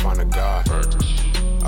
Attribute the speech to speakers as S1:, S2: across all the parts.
S1: find a God.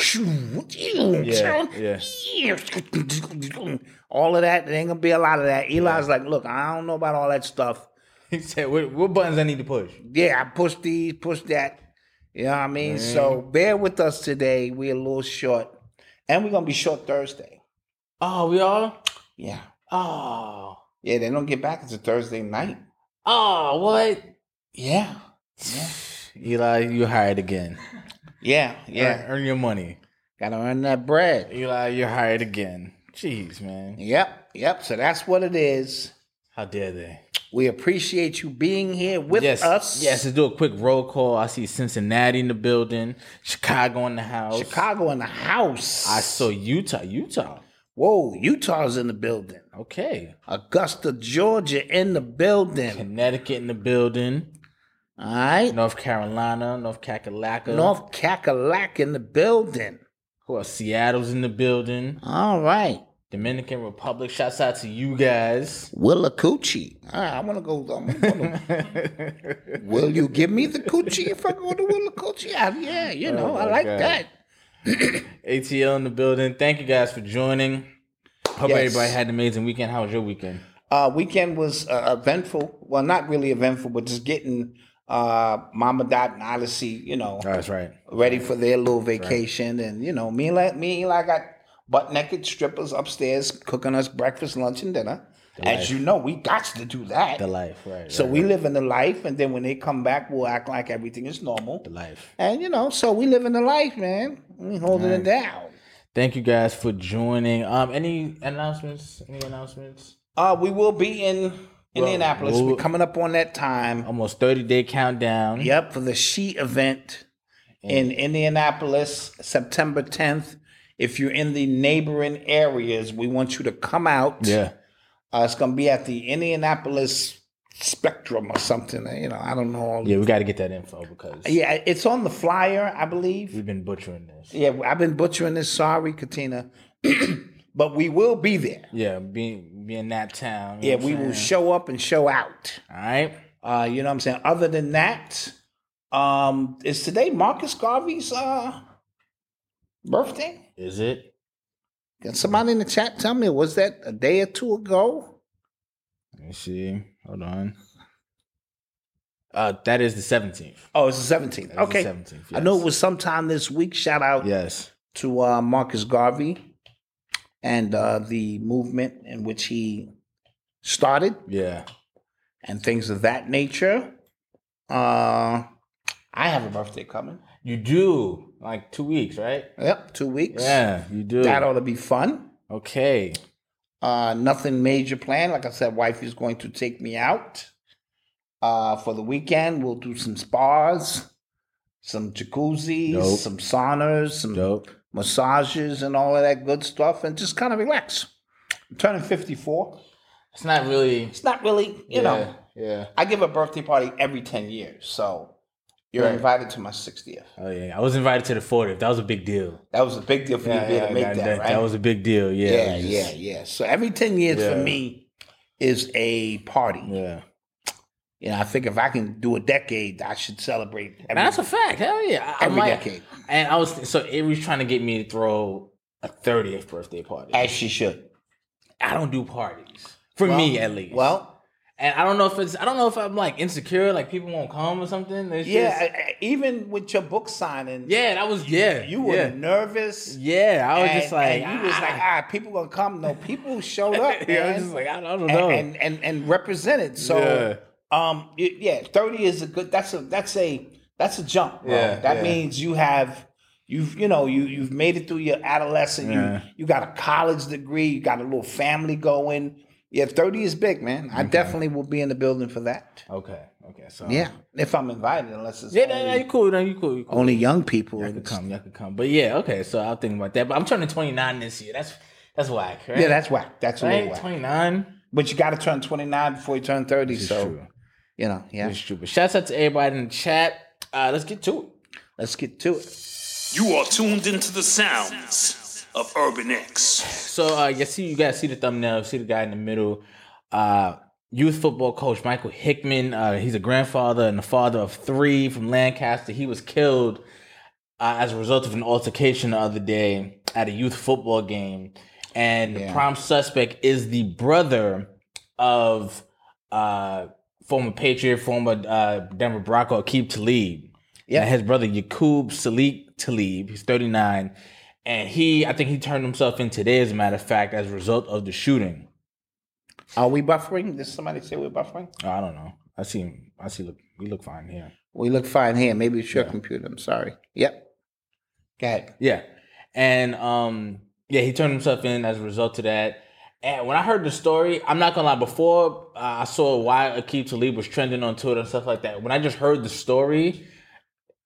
S2: Yeah, yeah.
S3: all of that. There ain't gonna be a lot of that. Eli's like, look, I don't know about all that stuff.
S2: He said, what, what buttons I need to push?
S3: yeah, I push these, push that. You know what I mean? So bear with us today. We're a little short. And we're gonna be short Thursday.
S2: Oh, we are?
S3: Yeah.
S2: Oh.
S3: Yeah, they don't get back until Thursday night.
S2: Oh, what?
S3: Yeah.
S2: Eli, you hired again.
S3: Yeah, yeah.
S2: Earn, earn your money.
S3: Gotta earn that bread.
S2: Eli, you're hired again. Jeez, man.
S3: Yep, yep. So that's what it is.
S2: How dare they?
S3: We appreciate you being here with
S2: yes,
S3: us.
S2: Yes, let's do a quick roll call. I see Cincinnati in the building, Chicago in the house.
S3: Chicago in the house.
S2: I saw Utah. Utah.
S3: Whoa, Utah's in the building.
S2: Okay.
S3: Augusta, Georgia in the building.
S2: Connecticut in the building.
S3: All right.
S2: North Carolina, North Kakalaka.
S3: North Cackalack in the building.
S2: Who else? Seattle's in the building.
S3: All right.
S2: Dominican Republic. Shouts out to you guys.
S3: Willa Coochie. All right, Ah, I want to go. I'm gonna, will you give me the coochie if I go to Willa Coochie? I, yeah, you know, I
S2: Oh my
S3: like
S2: God.
S3: that.
S2: ATL in the building. Thank you guys for joining. Hope
S3: Yes.
S2: everybody had an amazing weekend. How was your weekend?
S3: Uh, weekend was uh, eventful. Well, not really eventful, but just getting uh, Mama Dot and Odyssey, you know,
S2: That's right.
S3: ready for their little vacation. And, you know, me and, Eli, me and Eli got butt naked strippers upstairs cooking us breakfast, lunch, and dinner. As you know, we got to do that.
S2: The life, right?
S3: So
S2: right,
S3: we live in the life, and then when they come back, we'll act like everything is normal.
S2: the life.
S3: And you know, so we live in the life, man. We holding it down.
S2: Thank you guys for joining. Um, any announcements? Any announcements?
S3: Uh, we will be in Indianapolis.
S2: we'll-
S3: We're coming up on that time.
S2: Almost thirty day countdown.
S3: Yep, for the She event in Indianapolis, September 10th. If you're in the neighboring areas, we want you to come out.
S2: Yeah.
S3: Uh, it's going to be at the Indianapolis Spectrum or something. uh, You know, I don't know. all-
S2: Yeah, we got to get that info because
S3: yeah, it's on the flyer, I believe.
S2: we've been butchering this.
S3: Yeah, I've been butchering this. Sorry, Katina. but we will be there.
S2: Yeah, being being that town. you
S3: Yeah,
S2: know what
S3: we
S2: I'm
S3: will
S2: saying?
S3: show up and show out.
S2: All right.
S3: Uh, you know what I'm saying? Other than that, um, is today Marcus Garvey's uh, birthday?
S2: Is it?
S3: Can somebody in the chat tell me, was that a day or two ago?
S2: Let me see. Hold on. Uh, that is the seventeenth.
S3: Oh, it's the 17th.
S2: That was the
S3: Okay.
S2: 17th,
S3: I know
S2: yes.
S3: it was sometime this week. Shout out
S2: Yes.
S3: to uh, Marcus Garvey and uh, the movement in which he started.
S2: Yeah.
S3: and things of that nature. Uh, I have a birthday coming.
S2: You do like two weeks, right?
S3: Yep, two weeks.
S2: Yeah, you do.
S3: That ought to be fun.
S2: Okay.
S3: Uh, nothing major planned. Like I said, wife is going to take me out uh, for the weekend. We'll do some spas, some jacuzzis,
S2: Dope.
S3: some saunas, some
S2: Dope.
S3: massages, and all of that good stuff, and just kind of relax. I'm turning 54.
S2: It's not really.
S3: It's not really, you
S2: yeah,
S3: know,
S2: Yeah.
S3: I give a birthday party every 10 years. So you're
S2: Right.
S3: invited to my 60th.
S2: Oh yeah. I was invited to the 40th. That was a big deal.
S3: That was a big deal for me to be able to make that, right?
S2: was a big deal. Yeah.
S3: yeah,
S2: it was
S3: yeah,
S2: just-
S3: yeah. So every 10 years for
S2: Yeah.
S3: me is a party.
S2: Yeah.
S3: You know, I think if I can do a decade, I should celebrate every,
S2: Man, that's a fact. Hell yeah. I, I
S3: every
S2: might-
S3: decade.
S2: And I was so it was trying to get me to throw a 30th birthday party.
S3: As she should.
S2: I don't do parties. For me at least.
S3: Well,
S2: and I don't know if it's I don't know if I'm like insecure, like people won't come or something. It's
S3: yeah,
S2: just-
S3: I- I- even with your book signing,
S2: yeah, that was yeah.
S3: you were
S2: yeah.
S3: nervous.
S2: Yeah, I was
S3: and-
S2: just like
S3: and you was like,
S2: ah.
S3: ah, people gonna come. No, people showed up,
S2: yeah, I
S3: man,
S2: was just like, I don't know.
S3: and, and and and represented. So,
S2: Yeah.
S3: um, y- yeah, thirty is a good. That's a that's a that's a jump. Bro.
S2: Yeah,
S3: that
S2: yeah.
S3: means you have you've you know you you've made it through your adolescent.
S2: Yeah.
S3: You you got a college degree. You got a little family going. Yeah, thirty is big, man. I definitely will be in the building for that.
S2: okay, okay, so
S3: ah. Yeah, if I'm invited, unless it's
S2: yeah, no,
S3: only,
S2: no, you cool, no, you cool, you cool.
S3: only young people.
S2: Y'all could
S3: and-
S2: come, y'all could come, but yeah, okay. So I'll think about that. But I'm turning 29 this year. That's that's whack, right?
S3: yeah, that's whack. That's a little
S2: right.
S3: whack.
S2: 29.
S3: But you got to turn 29 before you turn 30.
S2: This is
S3: so,
S2: true.
S3: you know, yeah.
S2: It's true. But shouts out to everybody in the chat. Uh, let's get to it.
S3: Let's get to it.
S4: You are tuned into the sounds of Urban X.
S2: So uh, you see, you guys see the thumbnail, see the guy in the middle. Uh, youth football coach Michael Hickman. Uh, he's a grandfather and a father of three from Lancaster. He was killed uh, as a result of an altercation the other day at a youth football game, and the prime suspect is the brother of uh, former Patriot, former uh, Denver Bronco Akeem Talib. Yeah, his brother Yakub Salik Talib. He's thirty nine, and he I think he turned himself in today, as a matter of fact, as a result of the shooting.
S3: Are we buffering? Did somebody say we're buffering?
S2: I don't know. I see. him. I see. Look, we look fine here.
S3: We look fine here. Maybe it's your computer. I'm sorry. Yep. Go ahead.
S2: Yeah. And um yeah, he turned himself in as a result of that. And when I heard the story, I'm not gonna lie, before uh, I saw why Akeem Talib was trending on Twitter and stuff like that, when I just heard the story,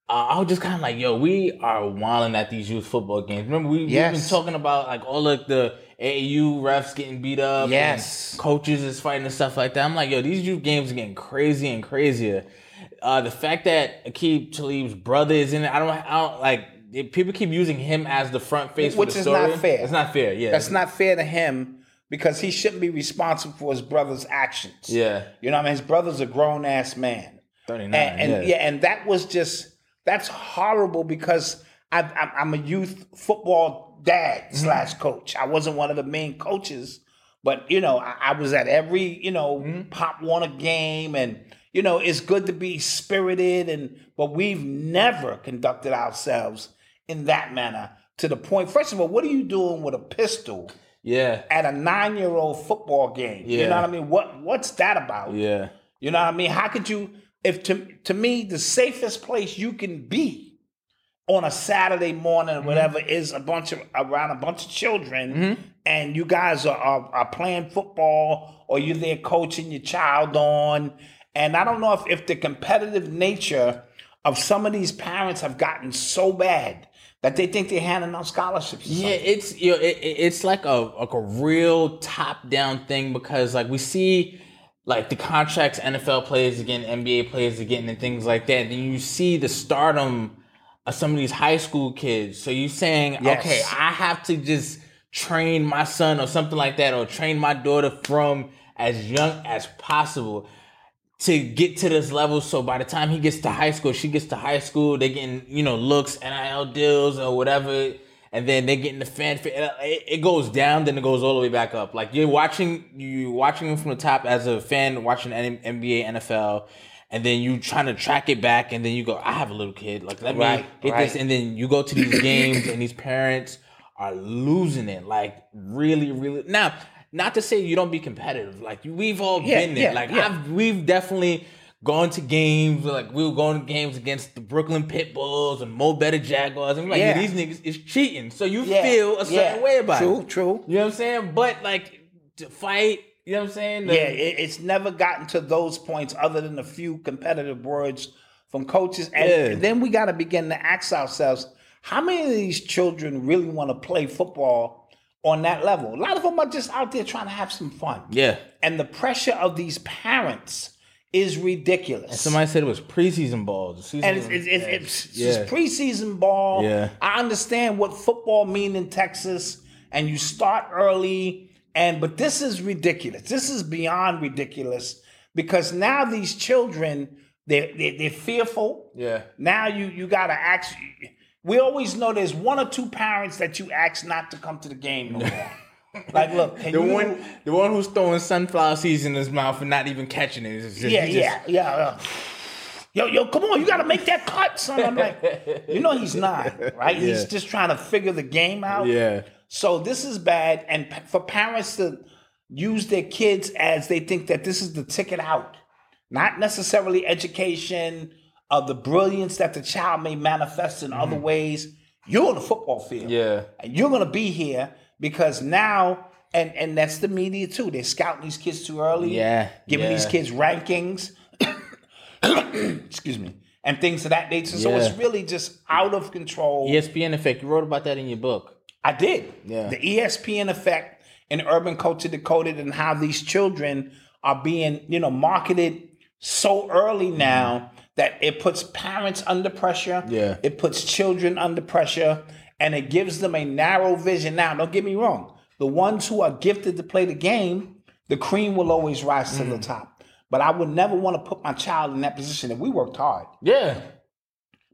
S2: uh, I was just kind of like, yo, we are wilding at these youth football games. Remember, we, we've
S3: Yes.
S2: been talking about like all like the AAU refs getting beat up. and
S3: Yes.
S2: coaches is fighting and stuff like that. I'm like, yo, these youth games are getting crazy and crazier. Uh, the fact that Akeem Talib's brother is in it, I don't, I don't like. If people keep using him as the front face, for
S3: Which
S2: the
S3: is not
S2: story,
S3: fair.
S2: It's not fair. Yeah,
S3: That's not fair to him because he shouldn't be responsible for his brother's actions.
S2: Yeah,
S3: You know what I mean? His brother's a grown ass man.
S2: thirty nine.
S3: and, and yeah.
S2: yeah,
S3: and that was just that's horrible because I, I'm, I'm a youth football dad slash coach. I wasn't one of the main coaches, but you know I, I was at every you know Pop Warner game, and you know it's good to be spirited, and but we've never conducted ourselves in that manner to the point. First of all, what are you doing with a pistol
S2: Yeah.
S3: at a nine year old football game. You
S2: Yeah.
S3: know what I mean? What what's that about?
S2: Yeah.
S3: You know what I mean? How could you if to to me the safest place you can be on a Saturday morning or
S2: Mm-hmm.
S3: whatever is a bunch of around a bunch of children and you guys are, are are playing football or you're there coaching your child on. And I don't know if, if the competitive nature of some of these parents have gotten so bad that they think they're handing out scholarships. or
S2: Yeah,
S3: something.
S2: it's you know, it, it- it's like a like a real top down thing because like we see like the contracts NFL players are getting, NBA players are getting, and things like that. Then you see the stardom of some of these high school kids. So you saying,
S3: Yes.
S2: okay, I have to just train my son or something like that, or train my daughter from as young as possible to get to this level. So by the time he gets to high school, she gets to high school, they getting you know looks, nil deals, or whatever, and then they getting the fanfare. It, it goes down, then it goes all the way back up. Like you're watching, you watching him from the top as a fan, watching N- NBA, NFL. And then you trying to track it back, and then you go, "I have a little kid. Like let
S3: Right,
S2: me get
S3: right.
S2: this." And then you go to these games, and these parents are losing it. Like really, really. Now, not to say you don't be competitive. Like we've all
S3: Yeah,
S2: been there.
S3: yeah,
S2: like
S3: yeah.
S2: I've we've definitely gone to games like we were going to games against the Brooklyn Pit Bulls and Mo Better Jaguars, and we're like,
S3: Yeah.
S2: yeah. these niggas is cheating. So you
S3: Yeah,
S2: feel a certain
S3: yeah.
S2: way about
S3: true,
S2: it.
S3: True,
S2: You know what I'm saying? But like to fight, you know what I'm saying? The-
S3: Yeah, it, it's never gotten to those points other than a few competitive words from coaches. And
S2: Yeah.
S3: then we got to begin to ask ourselves how many of these children really want to play football on that level? A lot of them are just out there trying to have some fun.
S2: yeah.
S3: And the pressure of these parents is ridiculous.
S2: Somebody said it was preseason balls. the season
S3: and it's,
S2: was-
S3: it's, it's, it's, it's
S2: yeah.
S3: preseason ball.
S2: Yeah.
S3: I understand what football mean in Texas, and you start early. And but this is ridiculous. This is beyond ridiculous because now these children they they they're fearful.
S2: Yeah.
S3: Now you you gotta ask. We always know there's one or two parents that you ask not to come to the game no more. like, look, can
S2: The
S3: you?
S2: one, the one who's throwing sunflower seeds in his mouth and not even catching it. It's just-
S3: yeah,
S2: he
S3: yeah,
S2: just-
S3: yeah, yeah. Yo, yo, come on, you gotta make that cut, son. I'm like, you know he's not, right? He's
S2: Yeah.
S3: just trying to figure the game out.
S2: yeah,
S3: So this is bad. And p- for parents to use their kids as they think that this is the ticket out, not necessarily education of the brilliance that the child may manifest in other ways. You're on the football field.
S2: Mm-hmm. Yeah.
S3: And you're gonna be here because now and and that's the media too. They're scouting these kids too early.
S2: Yeah,
S3: Giving these
S2: yeah.
S3: kids rankings. excuse me. And things of that nature. So
S2: Yeah.
S3: it's really just out of control.
S2: ESPN effect. You wrote about that in your book.
S3: I did.
S2: Yeah.
S3: The E ESPN effect in urban culture decoded and how these children are being, you know, marketed so early now that it puts parents under pressure.
S2: Yeah.
S3: It puts children under pressure and it gives them a narrow vision. Now, don't get me wrong. The ones who are gifted to play the game, the cream will always rise to
S2: Mm.
S3: the top. But I would never want to put my child in that position. And we worked hard.
S2: Yeah,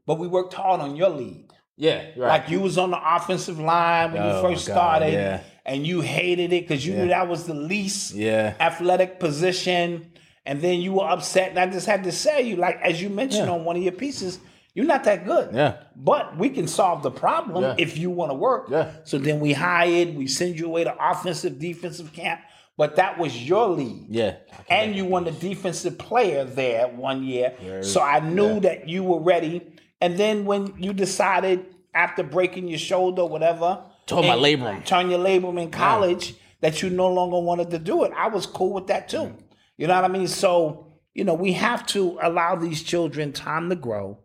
S3: But we worked hard on your lead.
S2: yeah, right.
S3: Like you was on the offensive line when
S2: Oh,
S3: you first
S2: God,
S3: started,
S2: yeah.
S3: and you hated it because you knew that was the least
S2: Yeah.
S3: athletic position. And then you were upset, and I just had to say you like as you mentioned
S2: Yeah.
S3: on one of your pieces, you're not that good.
S2: Yeah.
S3: But we can solve the problem
S2: Yeah.
S3: if you want to work.
S2: Yeah.
S3: So then we hired, we send you away to offensive, defensive camp. But that was your lead.
S2: yeah,
S3: And you won the defensive player there one year. So I knew that you were ready. And then when you decided after breaking your shoulder, whatever,
S2: Tore my
S3: and-
S2: labrum.
S3: torn your labrum in college, that you no longer wanted to do it. I was cool with that too. You know what I mean? So, you know, we have to allow these children time to grow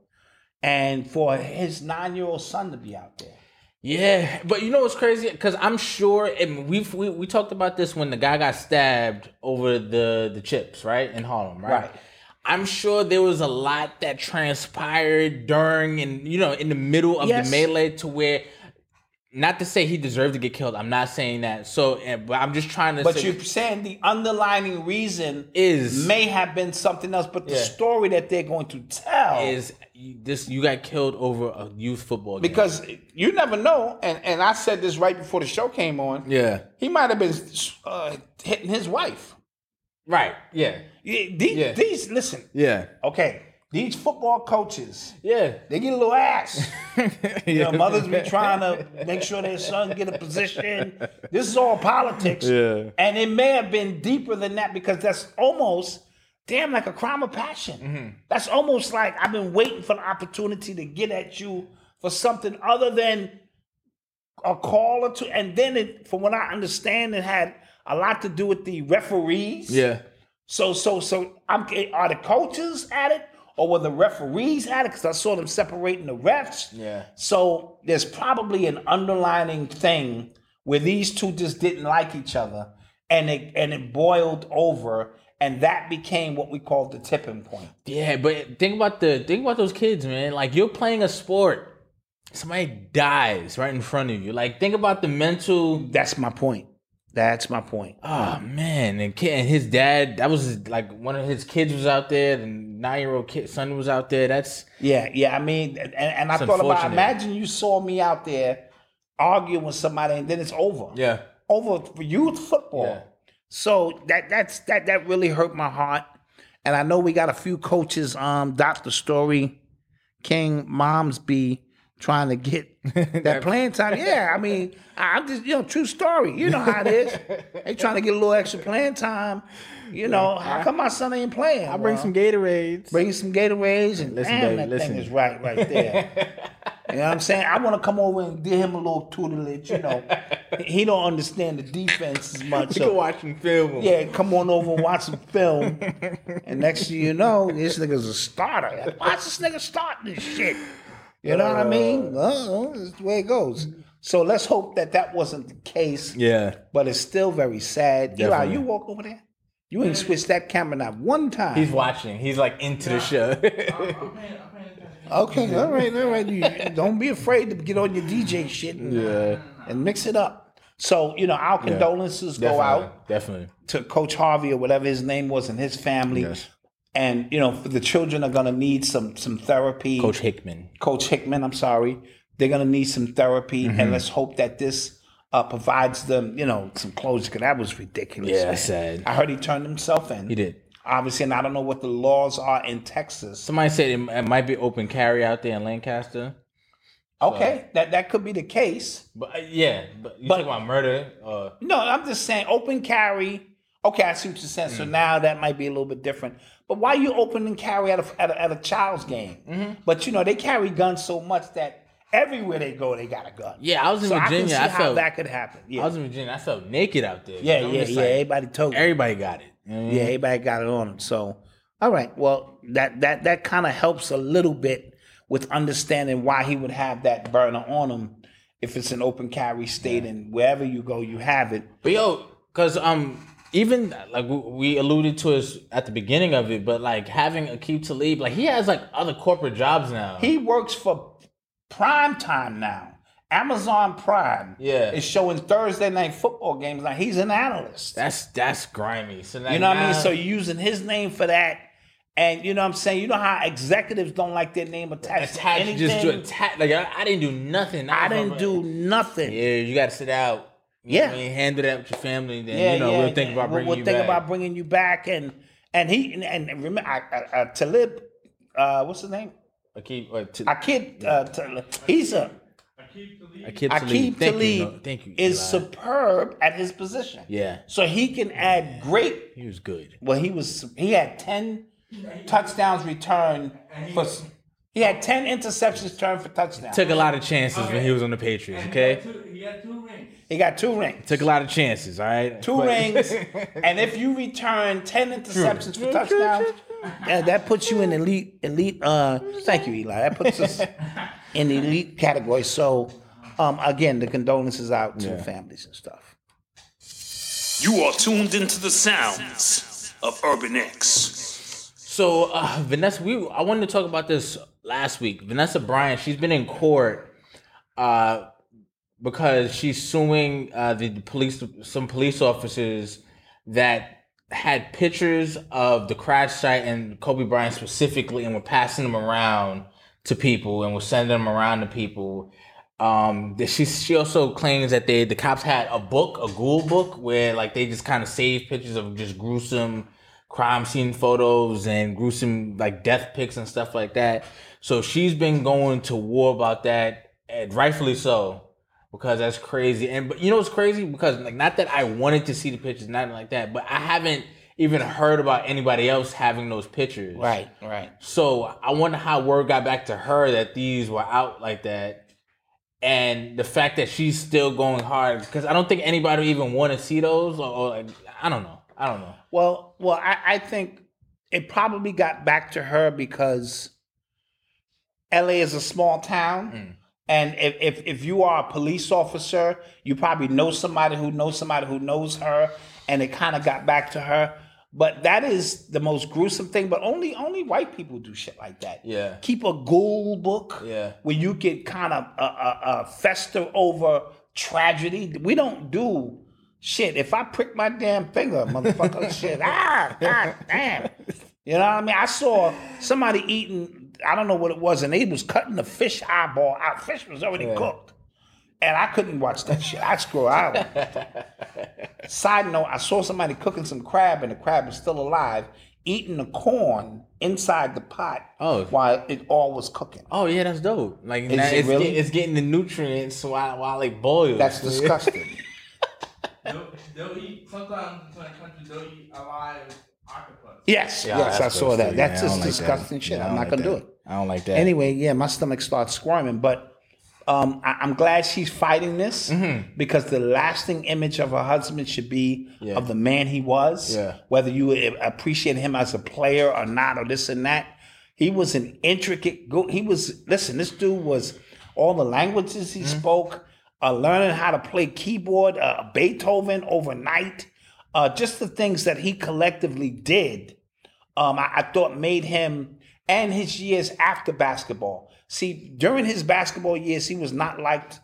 S3: and for his nine year old son to be out there.
S2: yeah. But you know what's crazy? Because I'm sure, and we've we, we talked about this when the guy got stabbed over the the chips, right, in Harlem, right?
S3: Right.
S2: I'm sure there was a lot that transpired during and you know in the middle of
S3: Yes.
S2: the melee to where. Not to say he deserved to get killed. I'm not saying that. So, and- but I'm just trying to.
S3: But
S2: say,
S3: you're saying the underlining reason
S2: Is-
S3: may have been something else, but the
S2: Yeah.
S3: story that they're going to tell
S2: is you- this you got killed over a youth football game.
S3: because you never know. And and I said this right before the show came on.
S2: yeah,
S3: He might have been uh, hitting his wife.
S2: right, yeah,
S3: Yeah, These,
S2: Yeah.
S3: these listen.
S2: yeah,
S3: Okay, These football coaches,
S2: Yeah.
S3: they get a little ass. You know, mothers be trying to make sure their son get a position. This is all politics.
S2: Yeah.
S3: And it may have been deeper than that because that's almost damn like a crime of passion. That's almost like I've been waiting for the opportunity to get at you for something other than a call or two. And then it, from what I understand, it had a lot to do with the referees.
S2: Yeah.
S3: So so so I'm are the coaches at it or were the referees at it? Because I saw them separating the refs.
S2: Yeah.
S3: So there's probably an underlining thing where these two just didn't like each other and it and it boiled over and that became what we called the tipping point.
S2: Yeah, but think about the think about those kids, man. Like you're playing a sport. Somebody dies right in front of you. Like think about the mental
S3: That's my point. That's my point.
S2: Oh man, and kid, and his dad, that was his- like one of his kids was out there, the nine year old kid son was out there. That's
S3: Yeah, yeah. I mean, and, and I
S2: It's
S3: thought about
S2: unfortunate.
S3: imagine you saw me out there arguing with somebody and then it's over.
S2: yeah.
S3: over for youth football.
S2: Yeah.
S3: So that that's that that really hurt my heart. And I know we got a few coaches, um, Dr. Story, King, Momsby, trying to get that playing time. Yeah, I mean, I- I'm just you know, true story. You know how it is. They trying to get a little extra playing time. You know, how come my son ain't playing? I
S2: Gatorades.
S3: bring some Gatorades and
S2: Listen,
S3: damn,
S2: baby,
S3: that
S2: listen.
S3: thing is right right there. you know what I'm saying? I want to come over and give him a little tutelage. You know, he don't understand the defense as much.
S2: You
S3: so-
S2: can watch him film. 'em.
S3: yeah, come on over and watch some film. and next thing you know, this nigga's a starter. Watch this nigga start this shit. You know what I
S2: Uh.
S3: mean? Well, that's the way it goes. So let's hope that that wasn't the case.
S2: Yeah.
S3: But it's still very sad. Eli,
S2: Definitely.
S3: you walk over there. You ain't switched that camera not one time.
S2: He's watching. He's like into the show.
S3: Okay, all right, all right. You- don't be afraid to get on your DJ shit and, and mix it up. So, you know, our condolences go out
S2: Definitely.
S3: to Coach Harvey or whatever his name was and his family.
S2: Yes.
S3: And, you know, the children are going to need some some therapy.
S2: Coach Hickman.
S3: Coach Hickman, I'm sorry. They're going to need some therapy.
S2: Mm-hmm.
S3: And let's hope that this uh, provides them, you know, some closure because that was ridiculous.
S2: Yeah,
S3: man.
S2: sad.
S3: I heard he turned himself in.
S2: He did.
S3: Obviously, and I don't know what the laws are in Texas.
S2: Somebody said it, it might be open carry out there in Lancaster.
S3: Okay, that, that could be the case.
S2: But uh, yeah, but you
S3: But-
S2: talking about murder? Uh,
S3: No, I'm just saying open carry. Okay, I see what you're saying. So
S2: Mm.
S3: now that might be a little bit different. But why you open and carry at a, at a, at a child's game?
S2: Mm-hmm.
S3: But you know they carry guns so much that everywhere they go they got a gun.
S2: yeah, I was in
S3: so I can
S2: Virginia.
S3: see
S2: I,
S3: how
S2: felt.
S3: that could happen. Yeah,
S2: I was in Virginia. I felt naked out there.
S3: yeah,
S2: I'm
S3: yeah,
S2: just
S3: yeah.
S2: like,
S3: everybody told. me.
S2: everybody got it. You know what I mean?
S3: Yeah, everybody got it on them. So, all right. Well, that that that kind of helps a little bit with understanding why he would have that burner on him. If it's an open carry state and wherever you go, you have it.
S2: But yo, cause um, even like we- we alluded to us at the beginning of it, but like having Akeem Talib, like he has like other corporate jobs now.
S3: He works for Prime Time now. Amazon Prime
S2: Yeah.
S3: is showing Thursday night football games now. He's an analyst.
S2: that's that's grimy. So like,
S3: you know what I mean?
S2: now-
S3: So you're using his name for that. And you know what I'm saying? You know how executives don't like their name attached to
S2: attach,
S3: anything?
S2: just to attack. Like I, I didn't do nothing.
S3: I
S2: was
S3: didn't
S2: on-
S3: do nothing.
S2: Yeah, you got to sit out. You know
S3: Yeah.
S2: what I mean? handle that with your family. Then
S3: yeah,
S2: you know
S3: yeah,
S2: we'll think
S3: yeah.
S2: about
S3: We'll-
S2: bringing
S3: we'll
S2: you
S3: think
S2: back.
S3: about bringing you back. And and he and, and remember, I, I, I, Talib, uh, what's his name?
S2: Akeem, uh, t-
S3: I kid. Uh, Talib. he's a
S2: Akeem Talib.
S3: Akeem
S2: Thank you.
S3: Talib
S2: no, thank you.
S3: is
S2: Eli.
S3: superb at his position.
S2: Yeah.
S3: So he can add great.
S2: he was good.
S3: Well, he was he had ten touchdowns returned for. He had ten interceptions returned for touchdowns.
S2: Took a lot of chances when he was on the Patriots. Okay,
S3: he got two rings.
S2: took a lot of chances. All right,
S3: two
S2: But-
S3: rings, and if you return ten interceptions for touchdowns, yeah, that puts you in elite elite. Uh, thank you, Eli. That puts us in the elite category. So, um, again, the condolences out to the families and stuff.
S5: You are tuned into the sounds of Urban X.
S2: So uh, Vanessa, we I wanted to talk about this last week. Vanessa Bryan, she's been in court uh, because she's suing uh, the police, some police officers that had pictures of the crash site and Kobe Bryant specifically, and were passing them around to people and were sending them around to people. Um, that she she also claims that they the cops had a book, a Google book, where like they just kind of saved pictures of just gruesome crime scene photos and gruesome like death pics and stuff like that. So she's been going to war about that, and rightfully so, because that's crazy. And but you know what's crazy? Because like not that I wanted to see the pictures, nothing like that, but I haven't even heard about anybody else having those pictures.
S3: Right, right.
S2: So I wonder how word got back to her that these were out like that. And the fact that she's still going hard because I don't think anybody even want to see those or, or like, I don't know. I don't know.
S3: Well, well, I, I think it probably got back to her because LA is a small town. And if, if, if you are a police officer, you probably know somebody who knows somebody who knows her, and it kind of got back to her. But that is the most gruesome thing. But only only white people do shit like that.
S2: Yeah.
S3: Keep a goal book.
S2: Yeah.
S3: Where you can kind of uh, uh, uh, fester over tragedy. We don't do shit. If I prick my damn finger, motherfucker, shit. Ah, god damn. You know what I mean? I saw somebody eating, I don't know what it was, and they was cutting the fish eyeball out. Fish was already cooked. And I couldn't watch that shit. I scroll out. Side note, I saw somebody cooking some crab and the crab was still alive, eating the corn inside the pot
S2: Oh.
S3: while it all was cooking.
S2: Oh yeah, that's dope. Like now
S3: it
S2: it's,
S3: really?
S2: get- it's getting the nutrients while while it boils.
S3: That's disgusting.
S6: They'll, they'll eat sometimes in certain countries they'll eat alive octopus.
S3: yes,
S2: Yeah,
S3: yes, I
S2: that's
S3: saw that.
S2: gross,
S3: That's
S2: yeah, I
S3: just
S2: don't like that.
S3: disgusting shit.
S2: Yeah, I
S3: I'm
S2: don't like
S3: not gonna do
S2: that.
S3: it.
S2: I don't like that.
S3: Anyway, yeah, my stomach starts squirming, but um, I, am glad she's fighting this
S2: Mm-hmm.
S3: because the lasting image of her husband should be
S2: Yeah.
S3: of the man he was.
S2: Yeah.
S3: Whether you a- appreciate him as a player or not, or this and that, he was an intricate. Go- he was listen. This dude was all the languages he
S2: Mm-hmm.
S3: spoke, uh, learning how to play keyboard, uh, Beethoven overnight, uh, just the things that he collectively did um, I, I thought made him and his years after basketball. See, during his basketball years, he was not liked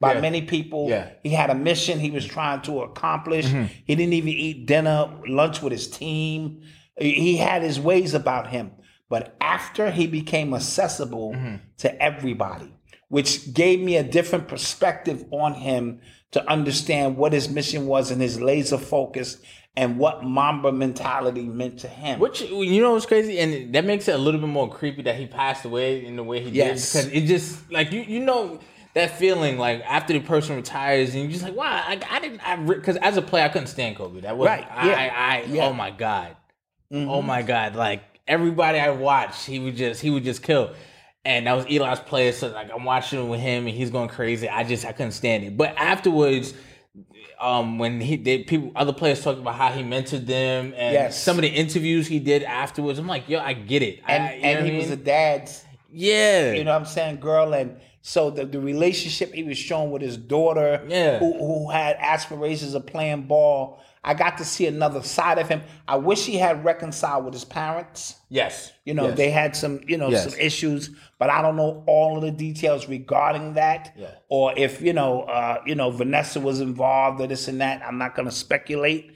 S3: by
S2: Yeah.
S3: many people.
S2: Yeah.
S3: He had a mission he was trying to accomplish. He didn't even eat dinner, lunch with his team. He he had his ways about him. But after he became accessible to everybody, which gave me a different perspective on him to understand what his mission was and his laser focus and what Mamba mentality meant to him.
S2: Which you know what's crazy, and that makes it a little bit more creepy that he passed away in the way he
S3: Yes.
S2: did. Because it just like you, you know that feeling like after the person retires, and you're just like, wow, I, I didn't, I because as a player I couldn't stand Kobe. That was
S3: Right,
S2: I,
S3: yeah,
S2: I, I
S3: yeah. Mm-hmm.
S2: oh my god, oh my god, like everybody I watched, he would just he would just kill. And that was Eli's player, so like I'm watching it with him, and he's going crazy. I just I couldn't stand it. But afterwards, um, when he did people, other players talking about how he mentored them, and
S3: Yes.
S2: some of the interviews he did afterwards. I'm like, yo, I get it. I-
S3: and
S2: you know
S3: and
S2: what
S3: he
S2: I
S3: was a
S2: mean?
S3: dad's,
S2: yeah,
S3: you know what I'm saying, girl. And so the, the relationship he was showing with his daughter,
S2: Yeah.
S3: who, who had aspirations of playing ball, I got to see another side of him. I wish he had reconciled with his parents.
S2: yes,
S3: You know,
S2: Yes.
S3: they had some, you know,
S2: Yes.
S3: some issues, but I don't know all of the details regarding that,
S2: Yeah.
S3: or if you know, uh, you know, Vanessa was involved or this and that. I'm not going to speculate,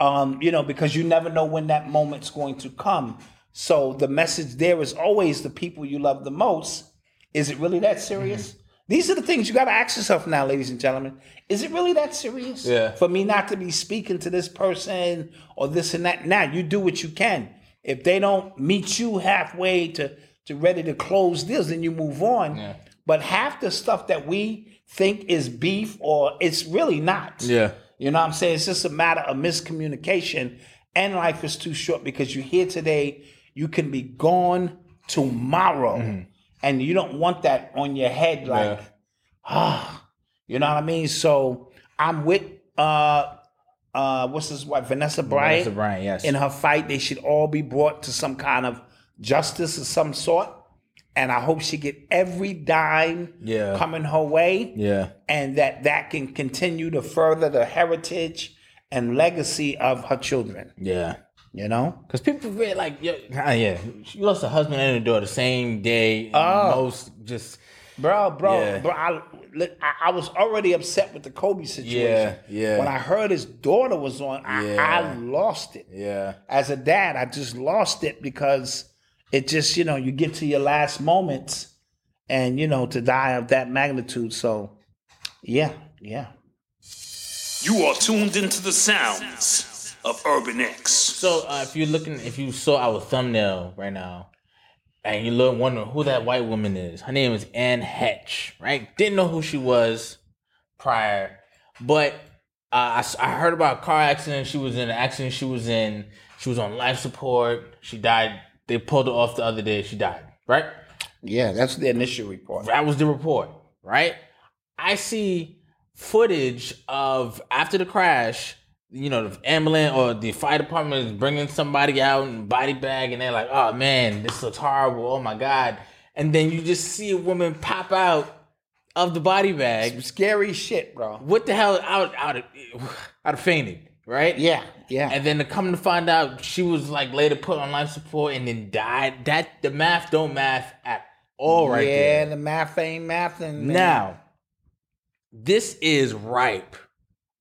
S3: um, you know, because you never know when that moment's going to come. So the message there is always the people you love the most. Is it really that serious? These are the things you got to ask yourself now, ladies and gentlemen. Is it really that serious?
S2: Yeah.
S3: For me not to be speaking to this person or this and that. Now you do what you can. If they don't meet you halfway to to ready to close deals, then you move on. But half the stuff that we think is beef or it's really not.
S2: Yeah.
S3: You know what I'm saying? It's just a matter of miscommunication and life is too short because you're here today, you can be gone tomorrow. And you don't want that on your head like,
S2: Mm-hmm. Yeah.
S3: ah, you know what I mean? So I'm with uh uh what's his wife, Vanessa Bryant.
S2: Vanessa Bryant, yes.
S3: In her fight, they should all be brought to some kind of justice of some sort. And I hope she get every dime
S2: Yeah.
S3: coming her way
S2: yeah,
S3: and that that can continue to further the heritage and legacy of her children.
S2: yeah.
S3: You know,
S2: Because people feel like, yo, ah, yeah, she lost her husband and her daughter the same day. and Most just
S3: Ah. bro, bro,
S2: Yeah.
S3: bro. I, look, I I was already upset with the Kobe situation.
S2: Yeah, yeah.
S3: When I heard his daughter was on, I, I
S2: Yeah.
S3: lost it.
S2: yeah,
S3: As a dad, I just lost it because it just you know you get to your last moments, and you know to die of that magnitude. So, yeah, yeah.
S5: You are tuned into the sounds of Urban X.
S2: So uh, if you're looking, if you saw our thumbnail right now, and you look wondering who that white woman is, her name is Anne Hetch, right? Didn't know who she was prior, but uh, I, s- I heard about a car accident. She was in an accident. She was in. She was on life support. She died. They pulled her off the other day. She died. Right.
S3: Yeah, that's the initial report.
S2: That was the report. Right. I see footage of after the crash, you know, the ambulance or the fire department is bringing somebody out in body bag, and they're like, "Oh man, this looks horrible. Oh my god!" And then you just see a woman pop out of the body bag.
S3: Scary shit, bro.
S2: What the hell? Out, out, of, out of fainted, right?
S3: Yeah, yeah.
S2: And then to come to find out, she was like later put on life support and then died. That the math don't math at all, right
S3: yeah,
S2: there.
S3: the math ain't mathing. man.
S2: Now, this is ripe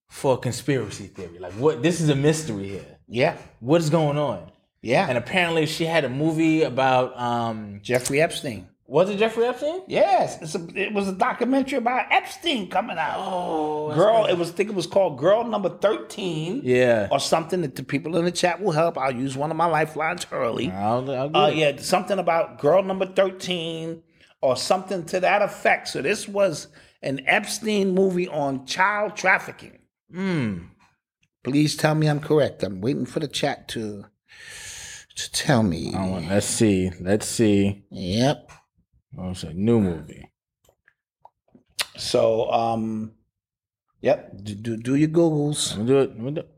S2: for conspiracy theory. Like, what? This is a mystery here.
S3: yeah,
S2: What is going on?
S3: yeah.
S2: And apparently, she had a movie about um,
S3: Jeffrey Epstein.
S2: was it Jeffrey Epstein?
S3: Yes, it's a, it was a documentary about Epstein coming out. Oh, girl, it was. I think it was called Girl Number Thirteen.
S2: Yeah.
S3: or something that the people in the chat will help. I'll use one of my lifelines early.
S2: I'll, I'll get
S3: Uh,
S2: it.
S3: yeah, something about girl number 13 or something to that effect. So this was an Epstein movie on child trafficking. Hmm. Please tell me I'm correct. I'm waiting for the chat to to tell me.
S2: Hold on, Oh, Let's see. Let's see.
S3: Yep.
S2: Oh, it's a new movie.
S3: So um yep, do, do do your
S2: I'm
S3: googles.
S2: gonna do it. I'm gonna do it.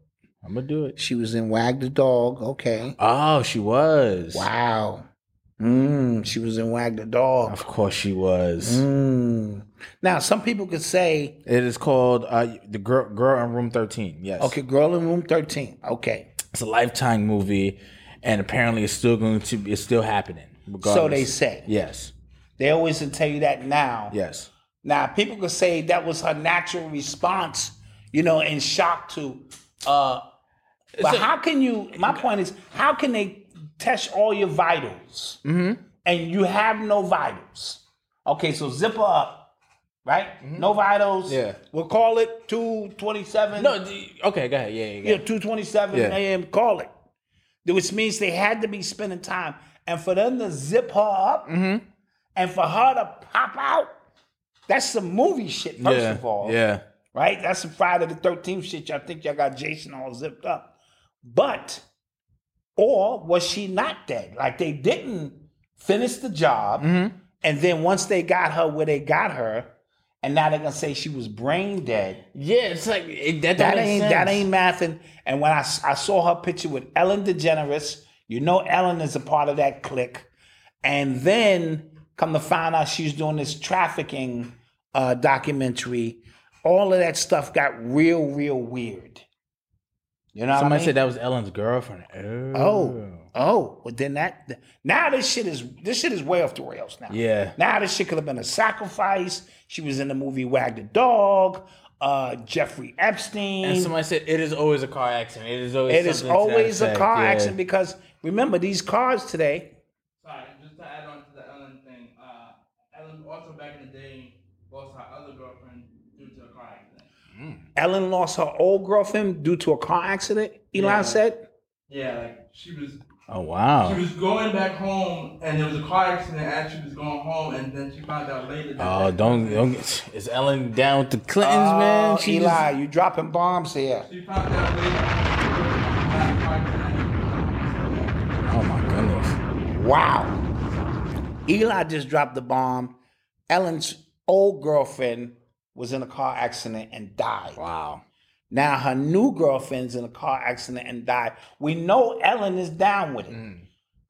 S2: I'm gonna do it.
S3: She was in Wag the Dog. Okay.
S2: Oh, she was.
S3: Wow. Mm, she was in Wag the Dog.
S2: Of course, she was.
S3: Mm. Now, some people could say,
S2: It is called uh, the girl, girl in room thirteen. Yes.
S3: okay, girl in room 13. Okay.
S2: it's a lifetime movie and apparently it's still going to be it's still happening regardless.
S3: So they say.
S2: yes
S3: They always tell you that now.
S2: yes
S3: Now, people could say that was her natural response, you know, in shock to. uh But how can you, my point is, how can they test all your vitals
S2: Mm-hmm.
S3: and you have no vitals? Okay, so zip her up, right? No vitals.
S2: Mm-hmm. Yeah.
S3: We'll call it 227.
S2: no the- okay go ahead yeah yeah, yeah.
S3: Yeah, two twenty seven
S2: Yeah.
S3: a.m. calling, which means they had to be spending time, and for them to zip her up,
S2: Mm-hmm.
S3: and for her to pop out, that's some movie shit. First
S2: yeah.
S3: of all,
S2: yeah
S3: right? That's some Friday the Thirteenth shit. Y'all think y'all got Jason all zipped up, but or was she not dead? Like they didn't finish the job,
S2: Mm-hmm.
S3: and then once they got her where they got her, and now they're gonna say she was brain dead.
S2: yeah it's like it, that,
S3: That
S2: don't make
S3: ain't
S2: sense.
S3: that ain't mathing. And when I, s- I saw her picture with Ellen DeGeneres, you know Ellen is a part of that clique. And then come to find out she's doing this trafficking uh, documentary. All of that stuff got real, real weird. You know
S2: somebody
S3: what I mean?
S2: said that was ellen's girlfriend oh,
S3: oh, oh, well then that now this shit is this shit is way off the rails now.
S2: yeah
S3: Now this shit could have been a sacrifice. She was in the movie Wag the Dog, uh, Jeffrey Epstein.
S2: and somebody said it is always a car accident it is always
S3: It is
S2: something to that
S3: always a
S2: effect,
S3: car
S2: yeah.
S3: accident because remember these cars today.
S6: Sorry, just to add on to the Ellen thing. Uh, Ellen also back in the day lost her other girlfriend due to a car accident.
S2: Mm.
S3: Ellen lost her old girlfriend due to a car accident. Elon
S6: Yeah.
S3: said,
S6: Yeah, like she was
S2: oh
S6: she
S2: wow
S6: was going back home and there was a car accident as she was going home and then she found out later. That
S2: oh don't don't is ellen down with the clintons man
S3: "Oh,
S2: She Oh, just-
S3: Eli, you dropping bombs here."
S6: She found out later. that car accident.
S2: oh my goodness
S3: Wow. Eli just dropped the bomb. Ellen's old girlfriend was in a car accident and died.
S2: wow
S3: Now her new girlfriend's in a car accident and died. We know Ellen is down with it.